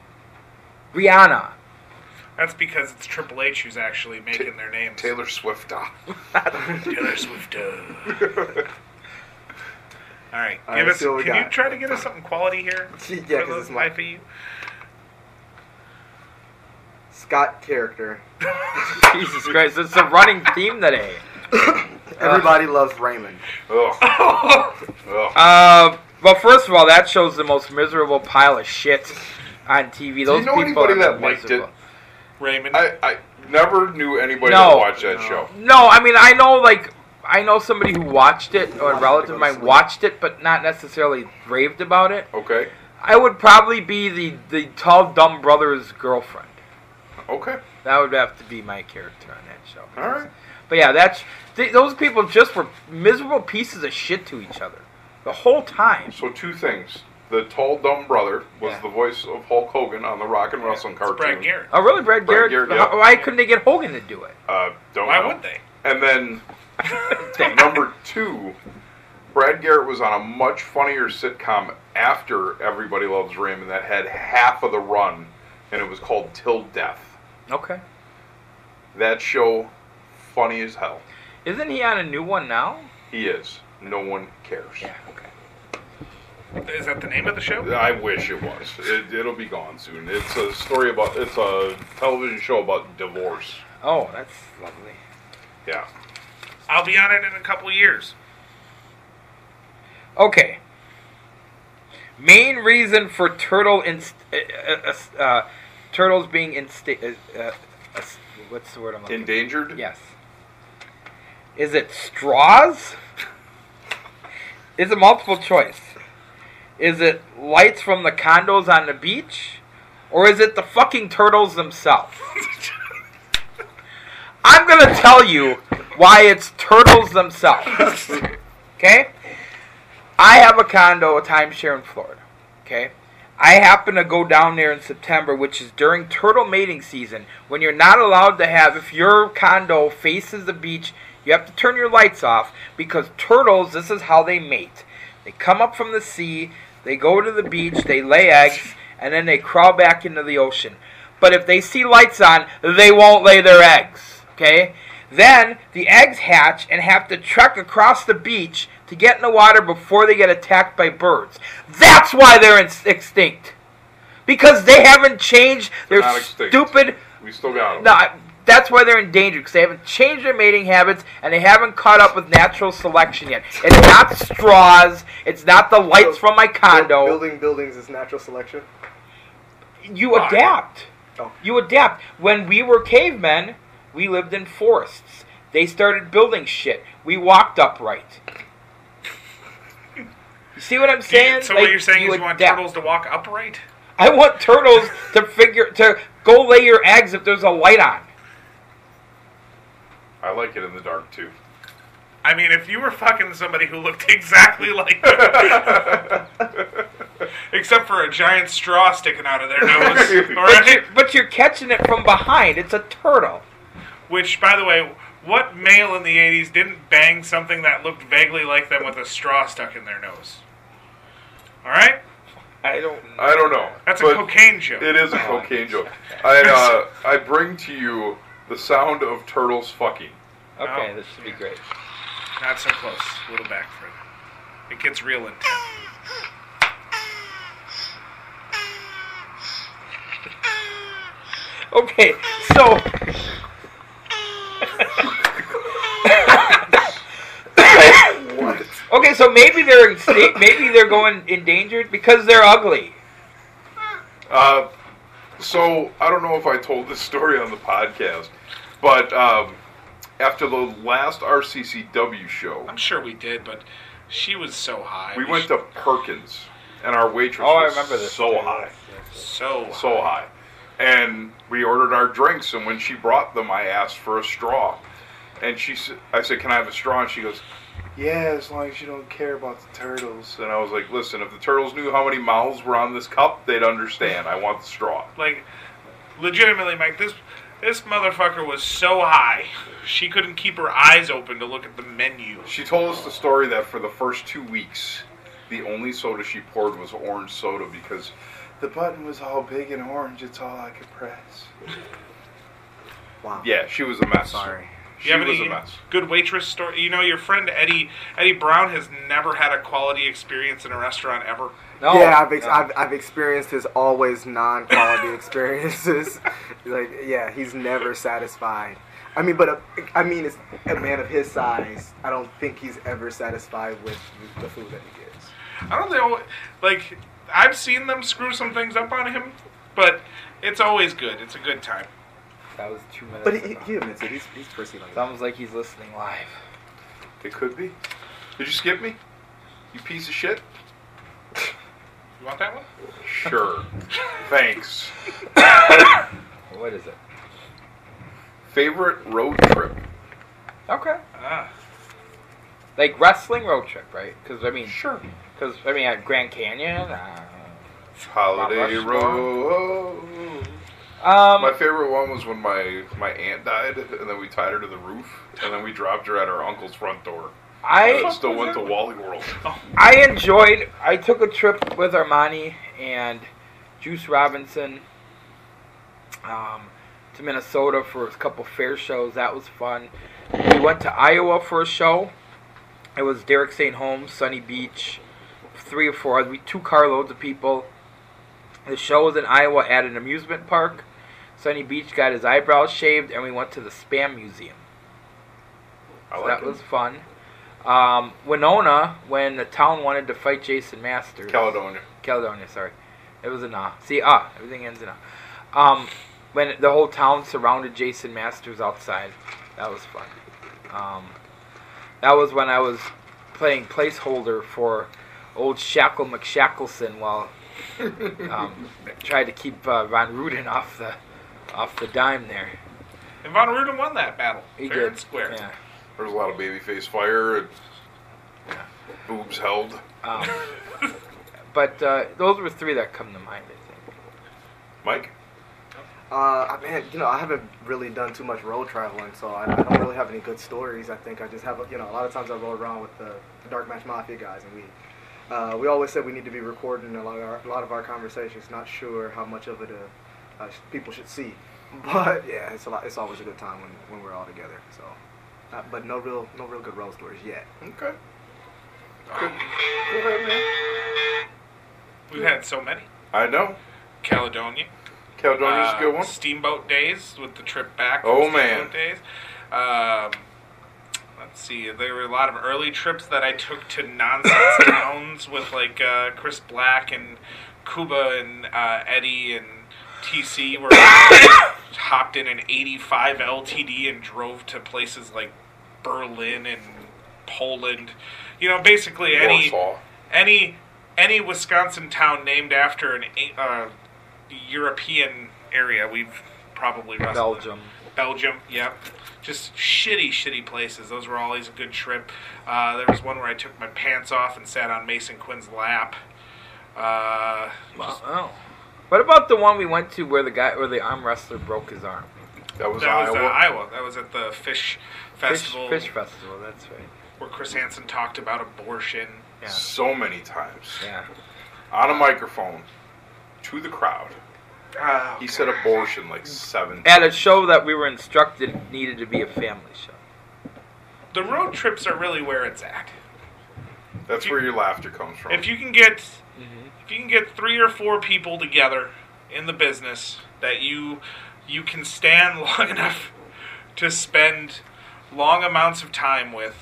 [SPEAKER 2] Rihanna.
[SPEAKER 3] That's because it's Triple H who's actually making their names.
[SPEAKER 1] Taylor Swift.
[SPEAKER 3] Taylor Swift. uh. All right,
[SPEAKER 9] All
[SPEAKER 3] give
[SPEAKER 9] right,
[SPEAKER 3] us.
[SPEAKER 9] see what
[SPEAKER 3] Can
[SPEAKER 9] we
[SPEAKER 3] you
[SPEAKER 9] got.
[SPEAKER 3] try to get us something quality here?
[SPEAKER 9] Yeah, 'cause it's my-
[SPEAKER 3] IFU.
[SPEAKER 9] Scott character.
[SPEAKER 2] Jesus Christ, it's a running theme today.
[SPEAKER 9] Everybody loves Raymond.
[SPEAKER 2] Uh, well, first of all, that show's the most miserable pile of shit on TV.
[SPEAKER 1] Do
[SPEAKER 2] Those
[SPEAKER 1] you know
[SPEAKER 2] people
[SPEAKER 1] anybody
[SPEAKER 2] are
[SPEAKER 1] that liked it?
[SPEAKER 2] miserable.
[SPEAKER 3] Raymond.
[SPEAKER 1] I, I never knew anybody that
[SPEAKER 2] No.
[SPEAKER 1] watched that show.
[SPEAKER 2] No, I mean I know like I know somebody who watched it or a relative of mine watched it, but not necessarily raved about it.
[SPEAKER 1] Okay.
[SPEAKER 2] I would probably be the the tall dumb brother's girlfriend.
[SPEAKER 1] Okay.
[SPEAKER 2] That would have to be my character on that show.
[SPEAKER 1] All right.
[SPEAKER 2] But yeah, that's th- those people just were miserable pieces of shit to each other the whole time.
[SPEAKER 1] So two things: the tall dumb brother was the voice of Hulk Hogan on the Rock and Wrestling cartoon.
[SPEAKER 3] Brad Garrett.
[SPEAKER 2] Oh, really, Brad
[SPEAKER 1] Brad
[SPEAKER 2] Garrett?
[SPEAKER 1] Garrett,
[SPEAKER 2] How-
[SPEAKER 1] yeah.
[SPEAKER 2] Why couldn't they get Hogan to do it?
[SPEAKER 1] Uh, don't
[SPEAKER 3] Why
[SPEAKER 1] know.
[SPEAKER 3] would they?
[SPEAKER 1] And then number two, Brad Garrett was on a much funnier sitcom after Everybody Loves Raymond that had half of the run, and it was called Till Death.
[SPEAKER 2] Okay.
[SPEAKER 1] That show, funny as hell.
[SPEAKER 2] Isn't he on a new one now?
[SPEAKER 1] He is. No one cares.
[SPEAKER 3] Is that the name of the show?
[SPEAKER 1] I wish it was. It, it'll be gone soon. It's a story about. It's a television show about divorce.
[SPEAKER 2] Oh, that's lovely.
[SPEAKER 1] Yeah.
[SPEAKER 3] I'll be on it in a couple years.
[SPEAKER 2] Okay. Main reason for turtle inst- uh, uh, uh, turtles being insta- uh, uh, uh, what's the word I'm looking
[SPEAKER 1] Endangered?
[SPEAKER 2] Yes. Is it straws? Is it multiple choice? Is it lights from the condos on the beach? Or is it the fucking turtles themselves? I'm going to tell you why it's turtles themselves. Okay? I have a condo, a timeshare in Florida. Okay? I happen to go down there in September, which is during turtle mating season, when you're not allowed to have, if your condo faces the beach, you have to turn your lights off because turtles, this is how they mate. They come up from the sea, they go to the beach, they lay eggs, and then they crawl back into the ocean. But if they see lights on, they won't lay their eggs. Okay? Then the eggs hatch and have to trek across the beach to get in the water before they get attacked by birds. That's why they're in- extinct. Because they haven't changed
[SPEAKER 1] They're
[SPEAKER 2] their
[SPEAKER 1] not extinct.
[SPEAKER 2] stupid.
[SPEAKER 1] We still got 'em.
[SPEAKER 2] No, I- that's why they're endangered because they haven't changed their mating habits and they haven't caught up with natural selection yet. It's not straws. It's not the lights from my condo.
[SPEAKER 9] Building buildings is natural selection.
[SPEAKER 2] you adapt.
[SPEAKER 3] Oh.
[SPEAKER 2] You adapt. When we were cavemen, we lived in forests. They started building shit. We walked upright. You see what I'm saying?
[SPEAKER 3] So
[SPEAKER 2] Like,
[SPEAKER 3] what you're saying is you want
[SPEAKER 2] adapt.
[SPEAKER 3] turtles to walk upright?
[SPEAKER 2] I want turtles to figure to go lay your eggs if there's a light on.
[SPEAKER 1] I like it in the dark too.
[SPEAKER 3] I mean, if you were fucking somebody who looked exactly like that, except for a giant straw sticking out of their nose, all
[SPEAKER 2] But
[SPEAKER 3] right?
[SPEAKER 2] you're, but you're catching it from behind. It's a turtle.
[SPEAKER 3] Which, by the way, what male in the '80s didn't bang something that looked vaguely like them with a straw stuck in their nose? All right,
[SPEAKER 2] I don't.
[SPEAKER 1] I don't know.
[SPEAKER 3] That's a
[SPEAKER 1] but
[SPEAKER 3] cocaine Oh, joke.
[SPEAKER 1] It is a cocaine joke. I uh, I bring to you the sound of turtles fucking.
[SPEAKER 2] Okay, this should be great.
[SPEAKER 3] Not so close. A little back further. It gets real intense.
[SPEAKER 2] Okay, so. Okay, so maybe they're extinct. Maybe they're going endangered because they're ugly.
[SPEAKER 1] Uh, so I don't know if I told this story on the podcast, but um, after the last RCCW show,
[SPEAKER 3] I'm sure we did, but she was so high.
[SPEAKER 1] we went to Perkins, and our waitress
[SPEAKER 2] Oh, I
[SPEAKER 1] was
[SPEAKER 2] remember this.
[SPEAKER 1] so high,
[SPEAKER 3] so
[SPEAKER 1] so high, and we ordered our drinks. And when she brought them, I asked for a straw, and she said, "I said, can I have a straw?" And she goes. Yeah, as long as you don't care about the turtles. And I was like, listen, if the turtles knew how many mouths were on this cup, they'd understand. I want the straw.
[SPEAKER 3] Like, legitimately, Mike, this this motherfucker was so high, she couldn't keep her eyes open to look at the menu.
[SPEAKER 1] She told us the story that for the first two weeks, the only soda she poured was orange soda because the button was all big and orange. It's all I could press.
[SPEAKER 9] Wow.
[SPEAKER 1] Yeah, she was a mess. Sorry.
[SPEAKER 3] You have
[SPEAKER 1] She was
[SPEAKER 3] any
[SPEAKER 1] a mess.
[SPEAKER 3] good waitress story? You know, your friend Eddie Eddie Brown has never had a quality experience in a restaurant ever.
[SPEAKER 9] Yeah, I've, ex- I've, I've experienced his always non-quality experiences. like, yeah, he's never satisfied. I mean, but a, I mean, it's a man of his size. I don't think he's ever satisfied with the food that he gets.
[SPEAKER 3] I don't know. Like I've seen them screw some things up on him, but it's always good. It's a good time.
[SPEAKER 2] That was two minutes.
[SPEAKER 9] But he, he admits it. He's he's prissy like
[SPEAKER 2] Sounds like he's listening live.
[SPEAKER 1] It could be. Did you skip me? You piece of shit.
[SPEAKER 3] You want that one?
[SPEAKER 1] Sure. Thanks.
[SPEAKER 2] what is it?
[SPEAKER 1] Favorite road trip.
[SPEAKER 2] Okay.
[SPEAKER 3] Ah.
[SPEAKER 2] Like wrestling road trip, right? Because I mean,
[SPEAKER 1] sure.
[SPEAKER 2] Because I mean, at Grand Canyon. Uh,
[SPEAKER 1] Holiday
[SPEAKER 2] Rushmore.
[SPEAKER 1] Road.
[SPEAKER 2] Um,
[SPEAKER 1] my favorite one was when my my aunt died, and then we tied her to the roof, and then we dropped her at our uncle's front door.
[SPEAKER 2] I-
[SPEAKER 1] And then still went to Wally World.
[SPEAKER 2] I enjoyed. I took a trip with Armani and Juice Robinson um, to Minnesota for a couple fair shows. That was fun. We went to Iowa for a show. It was Derek St. Holmes, Sunny Beach, three or four, we two carloads of people. The show was in Iowa at an amusement park. Sunny Beach got his eyebrows shaved, and we went to the Spam Museum.
[SPEAKER 1] I
[SPEAKER 2] So
[SPEAKER 1] like
[SPEAKER 2] that
[SPEAKER 1] it.
[SPEAKER 2] was fun. Um, Winona, when the town wanted to fight Jason Masters.
[SPEAKER 1] Caledonia.
[SPEAKER 2] Caledonia, sorry. It was an ah. See, ah, everything ends in ah. Um, when the whole town surrounded Jason Masters outside. That was fun. Um, that was when I was playing placeholder for old Shackle McShackleson while um, tried to keep uh, Von Ruden off the off the dime there.
[SPEAKER 3] And Von Ruden won that battle.
[SPEAKER 2] He
[SPEAKER 3] fair
[SPEAKER 2] did,
[SPEAKER 3] and square.
[SPEAKER 2] yeah.
[SPEAKER 1] There was a lot of babyface fire and boobs held.
[SPEAKER 2] Um, but uh, those were three that come to mind. I think.
[SPEAKER 1] Mike?
[SPEAKER 9] Uh, man, you know, I haven't really done too much road traveling, so I, I don't really have any good stories. I think I just have, you know, a lot of times I roll around with the, the Dark Match Mafia guys, and we uh, we always said we need to be recording a lot of our, a lot of our conversations. Not sure how much of it uh, uh, sh- people should see, but yeah, it's a lot. It's always a good time when, when we're all together. So, uh, but no real no real good road stories yet.
[SPEAKER 1] Okay.
[SPEAKER 3] We've had so many.
[SPEAKER 1] I know.
[SPEAKER 3] Caledonia.
[SPEAKER 1] Caledonia's a good one.
[SPEAKER 3] Uh, Steamboat days with the trip back.
[SPEAKER 1] Oh,
[SPEAKER 3] from
[SPEAKER 1] man.
[SPEAKER 3] Steamboat days. Um, let's see. There were a lot of early trips that I took to nonsense towns with like uh, Chris Black and Cuba and uh, Eddie and TC. Where we hopped in an '85 LTD and drove to places like Berlin and Poland. You know, basically any
[SPEAKER 1] Warsaw.
[SPEAKER 3] any any Wisconsin town named after an a- uh, European area, we've probably wrestled. in.
[SPEAKER 2] Belgium.
[SPEAKER 3] Belgium, yep. Just shitty, shitty places. Those were always a good trip. Uh, there was one where I took my pants off and sat on Mason Quinn's lap. Uh, just-
[SPEAKER 2] Wow. What about the one we went to where the guy, where the arm wrestler broke his arm?
[SPEAKER 1] That was
[SPEAKER 3] that was uh,
[SPEAKER 1] Iowa.
[SPEAKER 3] Iowa. That was at the Fish Festival.
[SPEAKER 2] Fish Festival. That's right.
[SPEAKER 3] Where Chris Hansen talked about abortion.
[SPEAKER 1] So many times.
[SPEAKER 2] Yeah.
[SPEAKER 1] On a microphone to the crowd.
[SPEAKER 3] Oh,
[SPEAKER 1] he said abortion like seven
[SPEAKER 2] At a show that we were instructed needed to be a family show.
[SPEAKER 3] The road trips are really where it's at.
[SPEAKER 1] That's where your laughter comes from.
[SPEAKER 3] If you can get, if you can get three or four people together in the business that you you can stand long enough to spend long amounts of time with,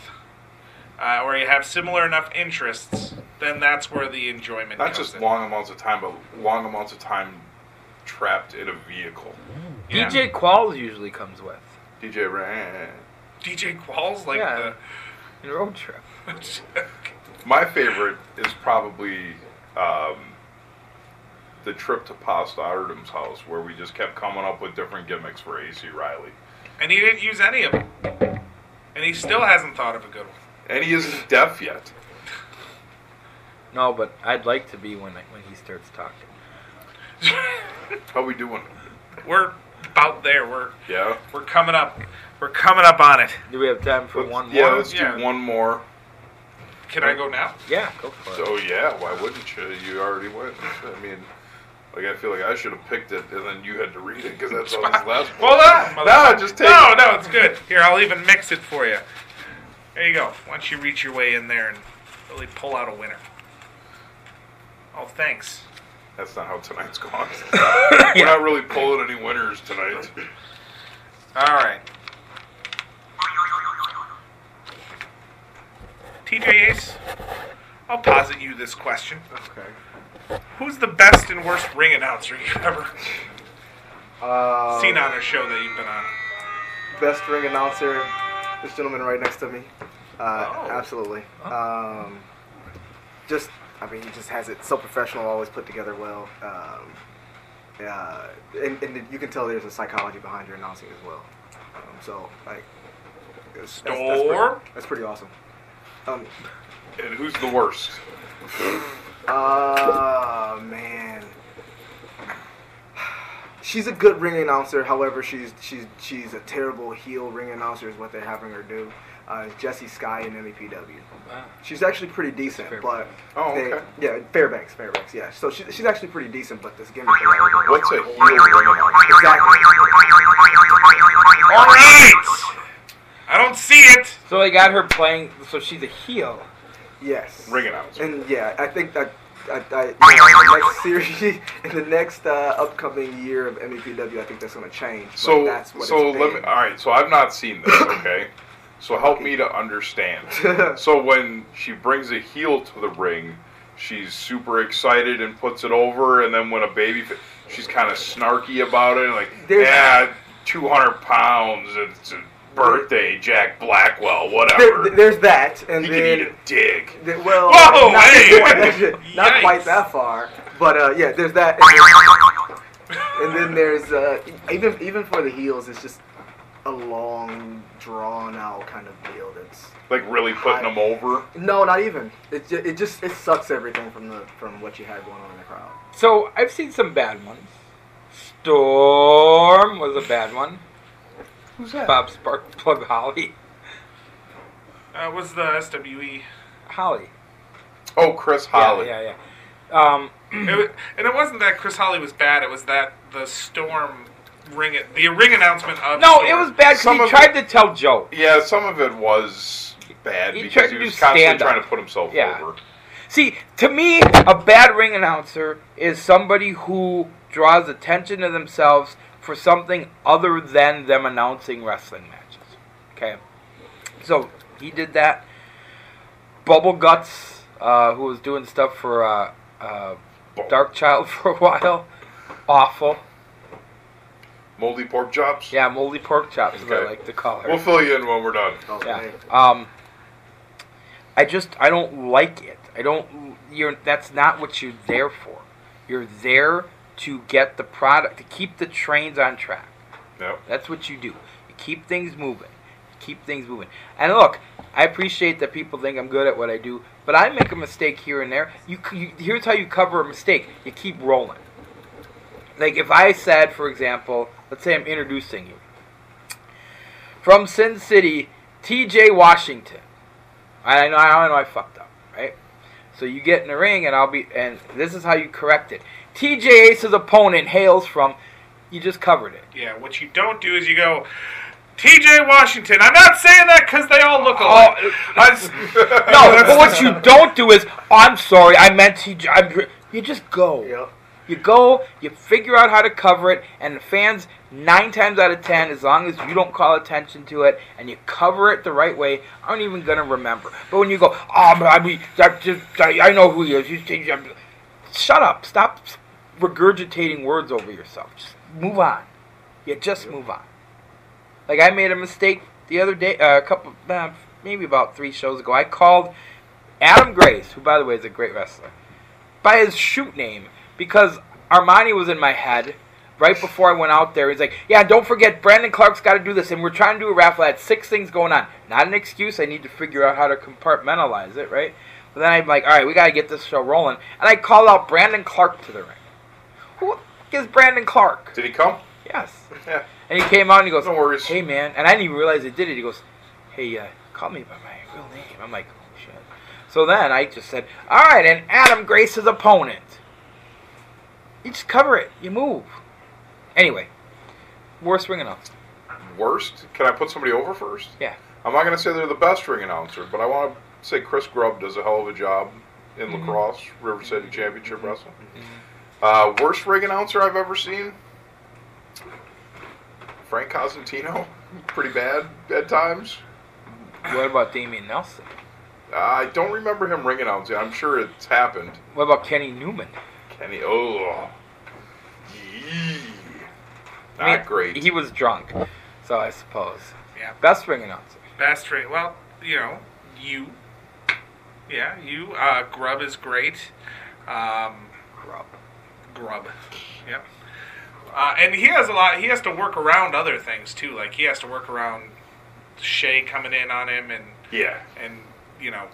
[SPEAKER 3] uh, or you have similar enough interests, then that's where the enjoyment.
[SPEAKER 1] Not
[SPEAKER 3] comes
[SPEAKER 1] just
[SPEAKER 3] in.
[SPEAKER 1] long amounts of time, but long amounts of time trapped in a vehicle.
[SPEAKER 3] Yeah.
[SPEAKER 2] DJ Qualls usually comes with.
[SPEAKER 1] DJ Ran.
[SPEAKER 3] DJ Qualls like
[SPEAKER 2] yeah. the road trip.
[SPEAKER 1] My favorite is probably um, the trip to Pasta Artem's house, where we just kept coming up with different gimmicks for AC Riley.
[SPEAKER 3] and he didn't use any of them, and he still hasn't thought of a good one.
[SPEAKER 1] And he isn't deaf yet.
[SPEAKER 2] No, but I'd like to be when I, when he starts talking.
[SPEAKER 1] How we doing?
[SPEAKER 3] We're about there. We're
[SPEAKER 1] Yeah.
[SPEAKER 3] we're coming up. We're coming up on it.
[SPEAKER 2] Do we have time for one more?
[SPEAKER 1] Yeah, let's do one more.
[SPEAKER 3] Can I go now?
[SPEAKER 2] Yeah, go for it.
[SPEAKER 1] So yeah, why wouldn't you? You already went. I mean, Like I feel like I should have picked it, and then you had to read it because that's all that's left.
[SPEAKER 3] Hold on.
[SPEAKER 1] no, just take.
[SPEAKER 3] No,
[SPEAKER 1] it.
[SPEAKER 3] no, it's good. Here, I'll even mix it for you. There you go. Why don't you reach your way in there and really pull out a winner? Oh, thanks.
[SPEAKER 1] That's not how tonight's gone. We're not really pulling any winners tonight.
[SPEAKER 3] All right. TJ Ace, I'll posit you this question. Okay. Who's the best and worst ring announcer you've ever
[SPEAKER 9] Uh,
[SPEAKER 3] seen on a show that you've been on?
[SPEAKER 9] best ring announcer, this gentleman right next to me. Uh, Absolutely. Um, just, I mean, he just has it so professional, always put together well. Um, uh, and, and you can tell there's a psychology behind your announcing as well. Um, so, like, it's- that's- that's pretty-
[SPEAKER 1] Storm?
[SPEAKER 9] that's pretty awesome. Um,
[SPEAKER 1] And who's the worst?
[SPEAKER 9] Oh man. She's a good ring announcer. However, she's she's she's a terrible heel ring announcer. Is what they're having her do. Uh, Jesse Sky in MEPW. She's actually pretty decent, but
[SPEAKER 1] Oh,
[SPEAKER 9] they-
[SPEAKER 1] okay.
[SPEAKER 9] yeah, Fairbanks, Fairbanks, yeah. So she, she's actually pretty decent, but this gimmick. they have her do-
[SPEAKER 1] What's a heel ring announcer?
[SPEAKER 9] Exactly.
[SPEAKER 3] All right. I don't see it.
[SPEAKER 2] So they got her playing. So she's a heel.
[SPEAKER 9] Yes.
[SPEAKER 1] Ring announcer.
[SPEAKER 9] And yeah, I think that I, I, you know, the next series in the next uh, upcoming year of MEPW, I think that's going to change. but
[SPEAKER 1] So,
[SPEAKER 9] that's what
[SPEAKER 1] so
[SPEAKER 9] it's
[SPEAKER 1] let
[SPEAKER 9] been.
[SPEAKER 1] me. uh, All right. So I've not seen this. Okay. So help me to understand. so when she brings a heel to the ring, she's super excited and puts it over, and then when a baby, fa- she's kind of snarky about it, like
[SPEAKER 9] There's-
[SPEAKER 1] yeah, two hundred pounds. It's a birthday, Jack Blackwell, whatever.
[SPEAKER 9] There- there's that, and
[SPEAKER 1] he
[SPEAKER 9] then
[SPEAKER 1] can eat a dick.
[SPEAKER 9] th- well,
[SPEAKER 1] Whoa,
[SPEAKER 9] not,
[SPEAKER 1] hey!
[SPEAKER 9] not quite that far, but uh, yeah, there's that. And then, and then there's uh, even even for the heels, it's just a long, drawn out kind of deal. That's
[SPEAKER 1] Like really putting them over.
[SPEAKER 9] no, not even. It, ju- it just it sucks everything from the from what you had going on in the crowd.
[SPEAKER 2] So I've seen some bad ones. Storm was a bad one.
[SPEAKER 9] Who's
[SPEAKER 2] Bob Spark Plug Holly.
[SPEAKER 3] Uh, was the E SWE
[SPEAKER 2] Holly?
[SPEAKER 1] Oh, Chris Holly.
[SPEAKER 2] Yeah, yeah. yeah. Um,
[SPEAKER 3] It wa- and it wasn't that Chris Holly was bad. It was that the storm ring it, the ring announcement of
[SPEAKER 2] No,
[SPEAKER 3] Storm.
[SPEAKER 2] it was bad because
[SPEAKER 3] Some
[SPEAKER 2] he
[SPEAKER 3] of-
[SPEAKER 2] tried to tell Joe.
[SPEAKER 1] Yeah, some of it was bad
[SPEAKER 2] He tried
[SPEAKER 1] because
[SPEAKER 2] to
[SPEAKER 1] he
[SPEAKER 2] do
[SPEAKER 1] was constantly
[SPEAKER 2] stand-up.
[SPEAKER 1] trying to put himself
[SPEAKER 2] Yeah.
[SPEAKER 1] over.
[SPEAKER 2] See, to me, a bad ring announcer is somebody who draws attention to themselves for something other than them announcing wrestling matches. Okay, so he did that. Bubble Guts, uh, who was doing stuff for uh, uh, Dark Child for a while, awful.
[SPEAKER 1] Moldy pork chops.
[SPEAKER 2] Yeah, moldy pork chops. Is what I
[SPEAKER 1] Okay.
[SPEAKER 2] like to call her.
[SPEAKER 1] We'll fill you in when we're done.
[SPEAKER 2] Yeah. Um, I just I don't like it. I don't. You're that's not what you're there for. You're there to get the product to keep the trains on track.
[SPEAKER 1] Yep.
[SPEAKER 2] That's what you do. You keep things moving. You keep things moving. And look, I appreciate that people think I'm good at what I do, but I make a mistake here and there. You, c- you here's how you cover a mistake. You keep rolling. Like if I said, for example, let's say I'm introducing you from Sin City, T.J. Washington. I know, I know, I fucked up, right? So you get in the ring, and I'll be, and this is how you correct it. T.J. Ace's opponent hails from. You just covered it.
[SPEAKER 3] Yeah, what you don't do is you go, T.J. Washington. I'm not saying that because they all look alike. I s-
[SPEAKER 2] Oh, No, but what you don't do is, I'm sorry, I meant T.J. I'm, you just go. You go, you figure out how to cover it, and the fans, nine times out of ten, as long as you don't call attention to it and you cover it the right way, aren't even going to remember. But when you go, oh, but I mean, I, just, I, I know who he is. You, think I'm-" shut up. Stop regurgitating words over yourself. Just move on. You just move on. Like I made a mistake the other day, uh, a couple, uh, maybe about three shows ago. I called Adam Grace, who by the way is a great wrestler, by his shoot name because Armani was in my head right before I went out there. He's like, "Yeah, don't forget, Brandon Clark's got to do this, and we're trying to do a raffle. I had six things going on. Not an excuse. I need to figure out how to compartmentalize it, right?" But then I'm like, "All right, we got to get this show rolling," and I call out Brandon Clark to the ring. Who the f- is Brandon Clark?
[SPEAKER 1] Did he come?
[SPEAKER 2] Yes.
[SPEAKER 1] Yeah.
[SPEAKER 2] And he came out and he goes, "Hey man," and I didn't even realize he did it. He goes, "Hey, uh, call me by my real name." I'm like, "Oh shit." So then I just said, "All right," and Adam Grace's opponent. You just cover it. You move. Anyway, worst ring announcer.
[SPEAKER 1] Worst? Can I put somebody over first?
[SPEAKER 2] Yeah.
[SPEAKER 1] I'm not going to say they're the best ring announcer, but I want to say Chris Grubb does a hell of a job in
[SPEAKER 2] Mm-hmm.
[SPEAKER 1] lacrosse, River City Championship Wrestling. Uh, worst ring announcer I've ever seen? Frank Cosentino. Pretty bad at times.
[SPEAKER 2] What about Damian Nelson?
[SPEAKER 1] I don't remember him ring announcing. I'm sure it's happened.
[SPEAKER 2] What about Kenny Newman?
[SPEAKER 1] Kenny, oh. Yee. Not great.
[SPEAKER 2] He was drunk, so I suppose.
[SPEAKER 3] Yeah.
[SPEAKER 2] Best ring announcer.
[SPEAKER 3] Best ring. Well, you know, you. Yeah, you. Uh, Grub is great. Um,
[SPEAKER 2] Grub.
[SPEAKER 3] Grub. Yep. Uh, and he has a lot. He has to work around other things too. Like he has to work around Shay coming in on him and
[SPEAKER 1] Yeah.
[SPEAKER 3] and you know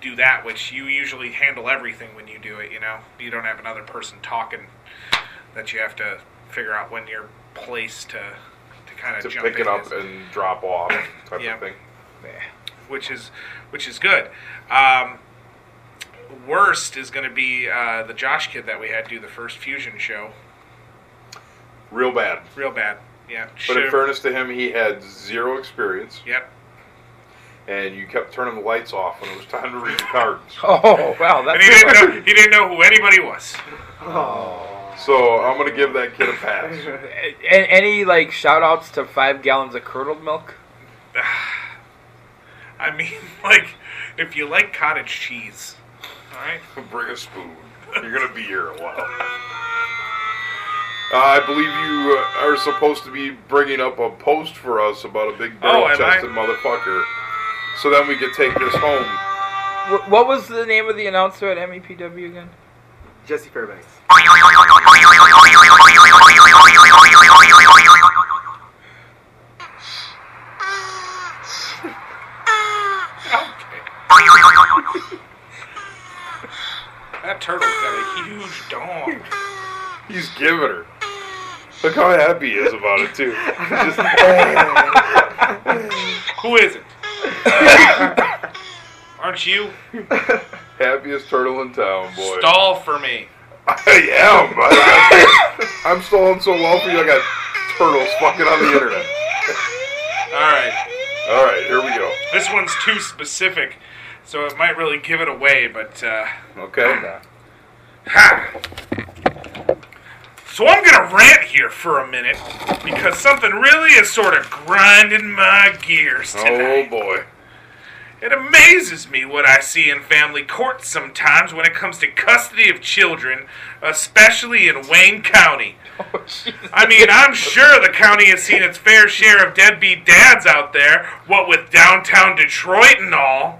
[SPEAKER 3] do that which you usually handle everything when you do it you know you don't have another person talking that you have to figure out when your place to to kind of
[SPEAKER 1] To
[SPEAKER 3] jump
[SPEAKER 1] pick
[SPEAKER 3] in
[SPEAKER 1] it up
[SPEAKER 3] is,
[SPEAKER 1] and drop off type
[SPEAKER 3] Yeah.
[SPEAKER 1] of thing.
[SPEAKER 3] which is which is good um worst is going to be uh, the josh kid that we had do the first fusion show
[SPEAKER 1] Real bad.
[SPEAKER 3] real bad yeah
[SPEAKER 1] But in
[SPEAKER 3] Should've-
[SPEAKER 1] fairness to him, he had zero experience.
[SPEAKER 3] Yep.
[SPEAKER 1] And you kept turning the lights off when it was time to read the cards.
[SPEAKER 2] Oh, wow.
[SPEAKER 3] and he didn't know he didn't know who anybody was
[SPEAKER 1] So I'm going to give that kid a pass.
[SPEAKER 2] And any like shout outs to five gallons of curdled milk?
[SPEAKER 3] I mean, like, if you like cottage cheese, all right,
[SPEAKER 1] bring a spoon. You're gonna be here a while. Uh, I believe you uh, are supposed to be bringing up a post for us about a big
[SPEAKER 2] Oh,
[SPEAKER 1] barrel
[SPEAKER 2] am
[SPEAKER 1] chested motherfucker. So then we could take this home.
[SPEAKER 2] Wh- What was the name of the announcer at MEPW again?
[SPEAKER 9] Jesse Fairbanks.
[SPEAKER 3] that turtle's got a huge dong.
[SPEAKER 1] He's giving her. Look how happy he is about it too. Just,
[SPEAKER 3] Who is it? Aren't you?
[SPEAKER 1] Happiest turtle in town, boy.
[SPEAKER 3] Stall for me.
[SPEAKER 1] I am. I got- I'm stalling so well for you. I got turtles fucking on the internet.
[SPEAKER 3] All right,
[SPEAKER 1] All right, here we go.
[SPEAKER 3] this one's too specific, so it might really give it away. But uh,
[SPEAKER 1] Okay.
[SPEAKER 3] so I'm gonna rant here for a minute because something really is sort of grinding my gears
[SPEAKER 1] Oh
[SPEAKER 3] tonight.
[SPEAKER 1] boy.
[SPEAKER 3] It amazes me what I see in family courts sometimes when it comes to custody of children, especially in Wayne County. I mean, I'm sure the county has seen its fair share of deadbeat dads out there, what with downtown Detroit and all.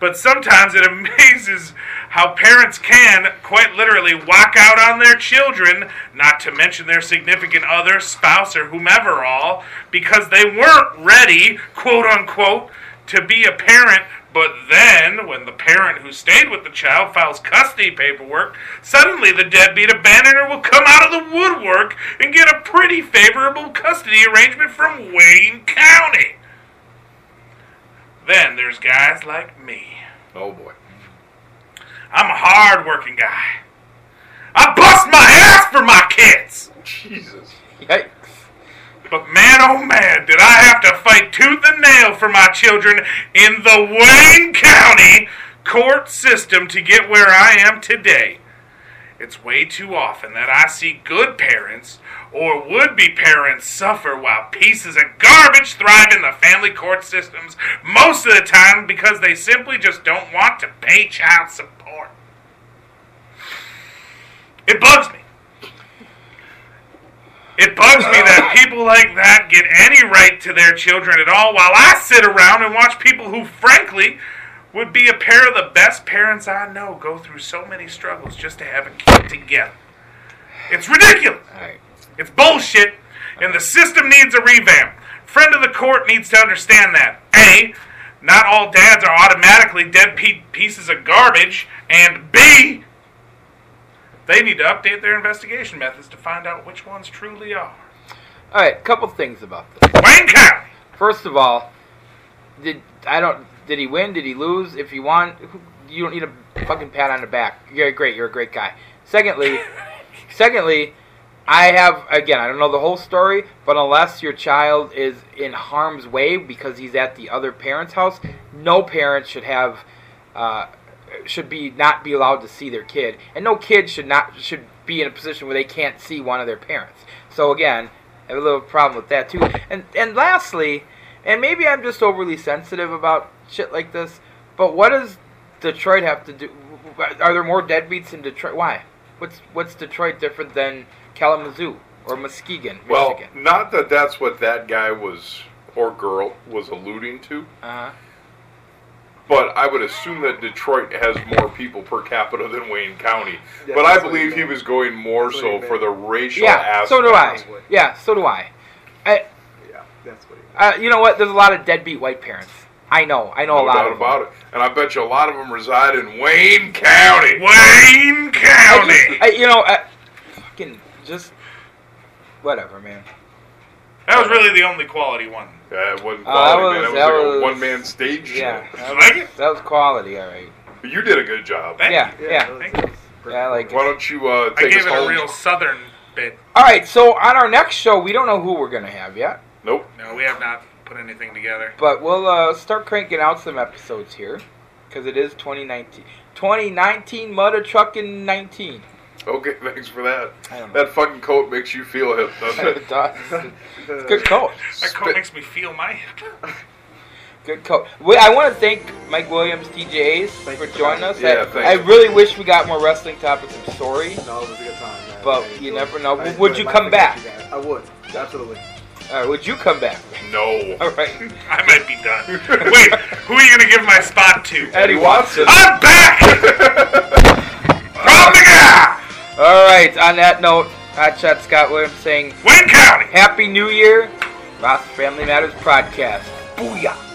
[SPEAKER 3] But sometimes it amazes how parents can, quite literally, walk out on their children, not to mention their significant other, spouse, or whomever all, because they weren't ready, quote unquote, to be a parent. But then, when the parent who stayed with the child files custody paperwork, suddenly the deadbeat abandoner will come out of the woodwork and get a pretty favorable custody arrangement from Wayne County. Then there's guys like me.
[SPEAKER 1] Oh boy.
[SPEAKER 3] I'm a hard working guy. I bust my ass for my kids.
[SPEAKER 1] Jesus.
[SPEAKER 2] Yikes.
[SPEAKER 3] But man, oh man, did I have to fight tooth and nail for my children in the Wayne County court system to get where I am today. It's way too often that I see good parents or would be parents suffer while pieces of garbage thrive in the family court systems most of the time because they simply just don't want to pay child support. It bugs me. It bugs me that people like that get any right to their children at all while I sit around and watch people who, frankly, would be a pair of the best parents I know go through so many struggles just to have a kid together. It's ridiculous. It's bullshit, and the system needs a revamp. Friend of the court needs to understand that. A, not all dads are automatically dead pe- pieces of garbage, and B, they need to update their investigation methods to find out which ones truly are.
[SPEAKER 2] All right, couple things about this.
[SPEAKER 3] Wayne County.
[SPEAKER 2] First of all, did I don't did he win? Did he lose? If you want, who- you don't need a fucking pat on the back. You're great. You're a great guy. Secondly, Secondly, I have again, I don't know the whole story, but unless your child is in harm's way because he's at the other parent's house, no parent should have uh, should be not be allowed to see their kid, and no kid should not should be in a position where they can't see one of their parents. So again, I have a little problem with that too. And and lastly, and maybe I'm just overly sensitive about shit like this, but what does Detroit have to do? Are there more deadbeats in Detroit? Why? What's what's Detroit different than Kalamazoo or Muskegon, Michigan?
[SPEAKER 1] Well, not that that's what that guy was or girl was alluding to,
[SPEAKER 2] uh-huh.
[SPEAKER 1] but I would assume that Detroit has more people per capita than Wayne County.
[SPEAKER 2] Yeah,
[SPEAKER 1] but I
[SPEAKER 2] that's what
[SPEAKER 1] believe he
[SPEAKER 2] he meant.
[SPEAKER 1] was going more
[SPEAKER 2] That's what he
[SPEAKER 1] so
[SPEAKER 2] meant.
[SPEAKER 1] for the racial
[SPEAKER 2] yeah,
[SPEAKER 1] aspect.
[SPEAKER 2] so do I. Yeah, so do I. I
[SPEAKER 9] yeah, that's what
[SPEAKER 2] uh, you know what? There's a lot of deadbeat white parents. I know. I know
[SPEAKER 1] No
[SPEAKER 2] a lot
[SPEAKER 1] doubt
[SPEAKER 2] of them.
[SPEAKER 1] about it. And I bet you a lot of them reside in Wayne County.
[SPEAKER 3] Wayne County.
[SPEAKER 2] I, you know, I, fucking just whatever, man.
[SPEAKER 3] That was really the only quality one.
[SPEAKER 1] Yeah, it wasn't
[SPEAKER 2] Uh,
[SPEAKER 1] quality, man. That was,
[SPEAKER 2] that
[SPEAKER 1] like
[SPEAKER 2] was-
[SPEAKER 1] a one man stage
[SPEAKER 2] Yeah,
[SPEAKER 1] show.
[SPEAKER 2] that was, that was quality. All right.
[SPEAKER 1] But you did a good job.
[SPEAKER 2] yeah, yeah, yeah. I like. it.
[SPEAKER 1] Why don't you uh,
[SPEAKER 3] I
[SPEAKER 1] take
[SPEAKER 3] gave
[SPEAKER 1] us
[SPEAKER 3] it
[SPEAKER 1] home?
[SPEAKER 3] a real southern bit.
[SPEAKER 2] All right. So on our next show, we don't know who we're gonna have yet,
[SPEAKER 1] Nope.
[SPEAKER 3] No, we have not put anything together.
[SPEAKER 2] but we'll uh, start cranking out some episodes here because it is 2019. 2019 Mother Trucking 19.
[SPEAKER 1] Okay, thanks for that.
[SPEAKER 2] I don't know.
[SPEAKER 1] That fucking coat makes you feel hip, doesn't it?
[SPEAKER 2] It does. It's a good coat.
[SPEAKER 3] That coat makes me feel my hip.
[SPEAKER 2] Good coach. Well, I want to thank Mike Williams, TJ Hayes, for joining us.
[SPEAKER 1] Yeah,
[SPEAKER 2] I,
[SPEAKER 1] thanks.
[SPEAKER 2] I really wish we got more wrestling topics. I'm sorry.
[SPEAKER 9] No, it was a good time, man.
[SPEAKER 2] But
[SPEAKER 9] I
[SPEAKER 2] you
[SPEAKER 9] enjoyed-
[SPEAKER 2] never know.
[SPEAKER 9] I
[SPEAKER 2] Would-
[SPEAKER 9] enjoyed
[SPEAKER 2] would you
[SPEAKER 9] my
[SPEAKER 2] come
[SPEAKER 9] time
[SPEAKER 2] back?
[SPEAKER 9] with you guys. I would. Absolutely.
[SPEAKER 2] All right, Uh, would you come back?
[SPEAKER 1] No.
[SPEAKER 2] All right.
[SPEAKER 3] I might be done. Wait, who are you gonna give my spot to?
[SPEAKER 2] Eddie Watson.
[SPEAKER 3] I'm back.
[SPEAKER 2] All right. On that note, Hot Shot Scott Williams saying,
[SPEAKER 3] Wayne County.
[SPEAKER 2] Happy New Year, Ross Family Matters Podcast. Booyah.